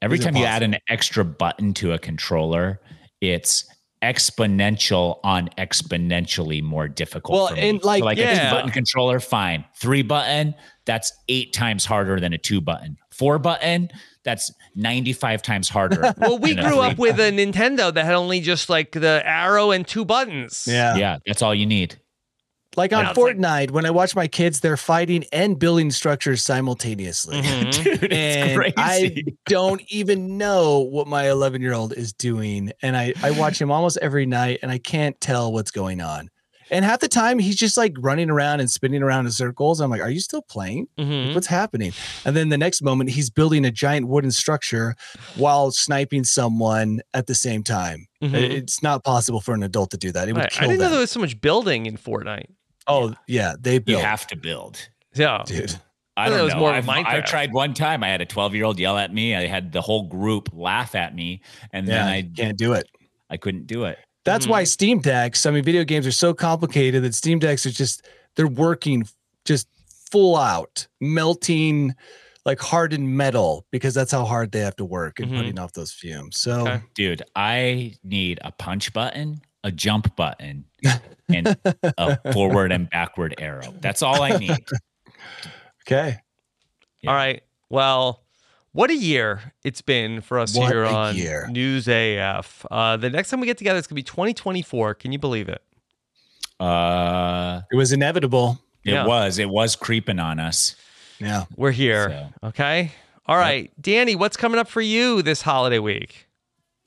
every Is time you add impossible. an extra button to a controller, it's exponential on exponentially more difficult. Well, for me. and, So, like, like a yeah. two button controller, fine. Three button, that's eight times harder than a two button. four button, that's 95 times harder. Well, we than a grew three up with a Nintendo that had only just like the arrow and two buttons. Yeah. Yeah, that's all you need. Like on Yeah, it's like- Fortnite, when I watch my kids, they're fighting and building structures simultaneously. Mhm. Dude, it's and I crazy. don't even know what my 11 year old is doing. And I, I watch him almost every night and I can't tell what's going on. And half the time, he's just like running around and spinning around in circles. I'm like, are you still playing? Like, Mm-hmm. Mm-hmm. What's happening? And then the next moment, he's building a giant wooden structure while sniping someone at the same time. Mm-hmm. Mhm. It's not possible for an adult to do that. It would I, I kill didn't know them. there was so much building in Fortnite. oh, yeah. They You built. have to build. Yeah. Dude. I I thought don't it was know. more of I've, I've Minecraft. tried one time. I had a 12 year old yell at me. I had the whole group laugh at me, and Yeah, then I can't do it. I couldn't do it. That's Mm-hmm. why Steam Decks, I mean, video games are so complicated that Steam Decks are just, they're working just full out, melting like hardened metal because that's how hard they have to work and Mhm. putting off those fumes. So, dude, I need a punch button, a jump button, and a forward and backward arrow. That's all I need. okay. All right. Well, what a year it's been for us What here a on year. News AF. Uh, the next time we get together, it's going to be 2024. Can you believe it? Uh, it was inevitable. It Yeah. was. It was creeping on us. Yeah. We're here. Okay. All right. Danny, what's coming up for you this holiday week?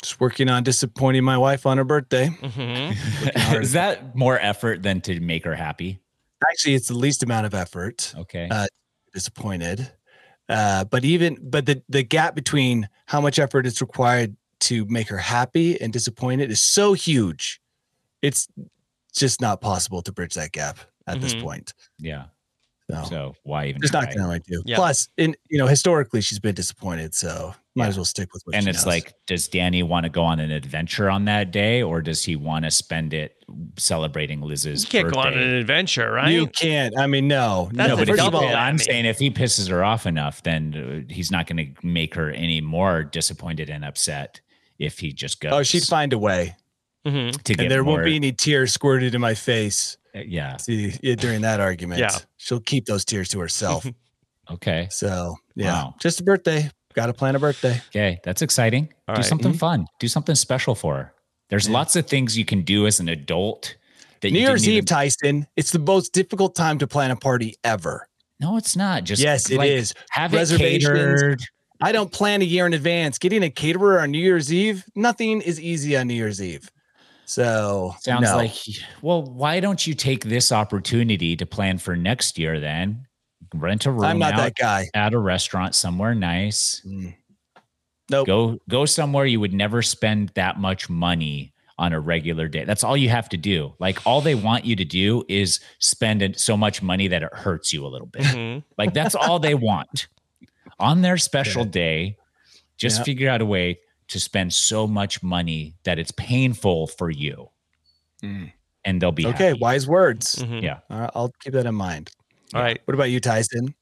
Just working on disappointing my wife on her birthday. Mm-hmm. Is that more effort than to make her happy? Actually, it's the least amount of effort. Okay. Uh, disappointed. Uh, but even but the the gap between how much effort is required to make her happy and disappointed is so huge. It's just not possible to bridge that gap at this Mhm. point. Yeah. So, why even? There's not try? gonna like do. Plus, in you know, historically she's been disappointed, so might Yeah. as well stick with what and she it's knows. like, does Danny want to go on an adventure on that day, or does he want to spend it celebrating Liz's? You can't birthday? go on an adventure, right? You can't. I mean, no. That's no, a but if he- double I'm whammy. saying if he pisses her off enough, then uh, he's not going to make her any more disappointed and upset if he just goes. Oh, she'd find a way. Mm-hmm. to get and there more- uh, won't be any tears squirted in my face. Yeah. See, yeah, during that argument. Yeah. She'll keep those tears to herself. Okay. So yeah. Wow. Just a birthday. Gotta plan a birthday. Okay, that's exciting. All do right. something Mhm. fun. Do something special for her. There's lots of things you can do as an adult. That New you Year's didn't Eve, even- Tyson. It's the most difficult time to plan a party ever. No, it's not. Just yes, it like, is. Have it catered. I don't plan a year in advance. Getting a caterer on New Year's Eve, nothing is easy on New Year's Eve. So Sounds no. like, well, why don't you take this opportunity to plan for next year then? Rent a room. I'm not out that guy. At a restaurant somewhere nice. Mm. Nope. Go go somewhere you would never spend that much money on a regular day. That's all you have to do. Like all they want you to do is spend it- so much money that it hurts you a little bit. Mm-hmm. Like that's all they want. On their special day, just Yeah. figure out a way to spend so much money that it's painful for you and they'll be Mm. okay. happy. Mm. Wise words. Yeah. Uh, I'll keep that in mind. All right. What about you, Tyson?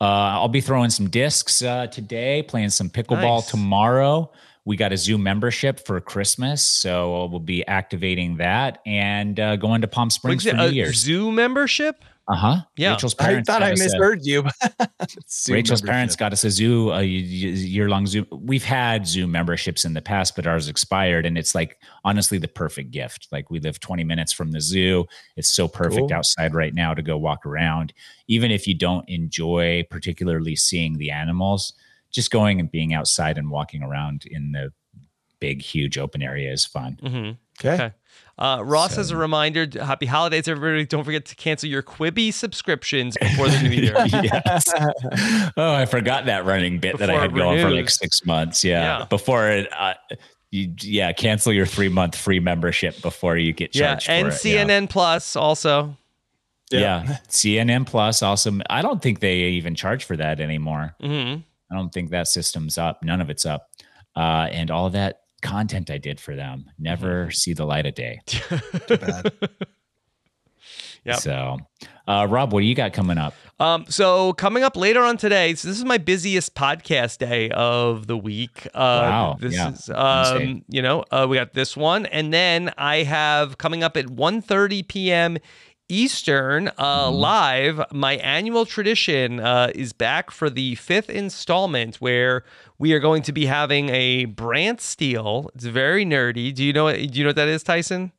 Uh, I'll be throwing some discs uh, today, playing some pickleball Nice. tomorrow. We got a Zoom membership for Christmas, so we'll be activating that and uh, going to Palm Springs What's it, for New a Year's. zoo membership? Uh huh. uh, Yeah. Rachel's I parents. thought got I us a- misheard you. Zoom Rachel's membership. parents got us a zoo, a year long Zoom. We've had Zoom memberships in the past, but ours expired. And it's like, honestly, the perfect gift. Like, we live 20 minutes from the zoo. It's so perfect Cool. outside right now to go walk around. Even if you don't enjoy particularly seeing the animals, just going and being outside and walking around in the big, huge open area is fun. Mm-hmm. Okay. Uh, Ross, as a reminder, d- happy holidays, everybody. Don't forget to cancel your Quibi subscriptions before the new year. Yes. Oh, I forgot that running bit that I Before had it going for like renews. six months. Yeah. Yeah. Before it, uh, you, yeah, cancel your three month free membership before you get yeah. charged. And for it. Yeah. CNN Plus also. Yeah. CNN Plus also, I don't think they even charge for that anymore. Mm-hmm. I don't think that system's up. None of it's up. Uh, and all that content I did for them never Mm-hmm. see the light of day. Yep. So, uh, Rob, what do you got coming up? Um, so coming up later on today, so this is my busiest podcast day of the week. Uh, Wow, This yeah, is, insane. um, you know, uh, we got this one, and then I have coming up at 1.30 p.m. Eastern uh, Mm-hmm. Live, my annual tradition uh, is back for the fifth installment where we are going to be having a Brant Steel. It's very nerdy. Do you know? Do you know what that is, Tyson?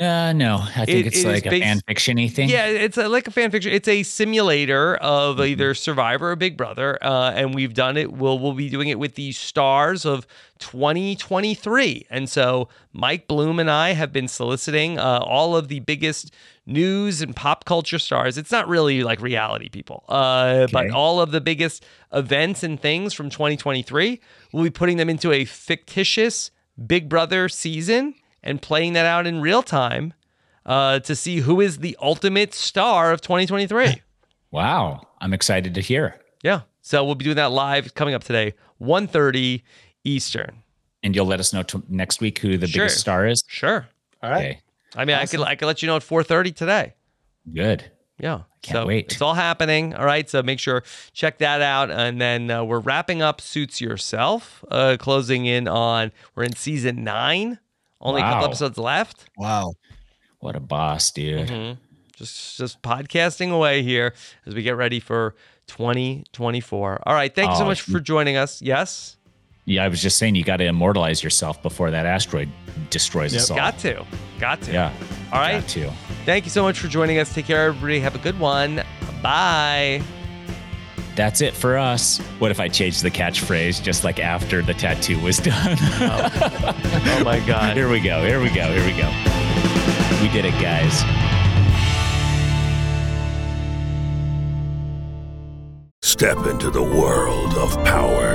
Uh, no, I think It- it's it is like a based- fan fiction-y thing. Yeah, it's a, like a fan fiction. It's a simulator of either Survivor or Big Brother, uh, and we've done it. We'll we'll be doing it with the stars of 2023, and so Mike Bloom and I have been soliciting uh, all of the biggest news and pop culture stars. It's not really like reality people, uh, but all of the biggest events and things from 2023. We'll be putting them into a fictitious Big Brother season and playing that out in real time uh, to see who is the ultimate star of 2023. Wow, I'm excited to hear. yeah. So we'll be doing that live coming up today, 1.30 Eastern. And you'll let us know t- next week who the Sure. biggest star is. Sure. All right. I mean, I could I could let you know at 4.30 today. Good. Yeah. Can't so wait. It's all happening. All right. So make sure check that out. And then uh, we're wrapping up Suits Yourself, uh, closing in on, we're in season nine, only a couple Wow. episodes left. Wow. What a boss, dude. Mhm. Just just podcasting away here as we get ready for 2024. All right, thank you so Oh, much for joining us. Yes, Yeah, I was just saying you got to immortalize yourself before that asteroid destroys us all. got to, got to. Yeah. All right. Got to. Thank you so much for joining us. Take care, everybody. Have a good one. Bye. That's it for us. What if I changed the catchphrase just like after the tattoo was done? oh my God. Here we go. Here we go. Here we go. We did it, guys. Step into the world of power,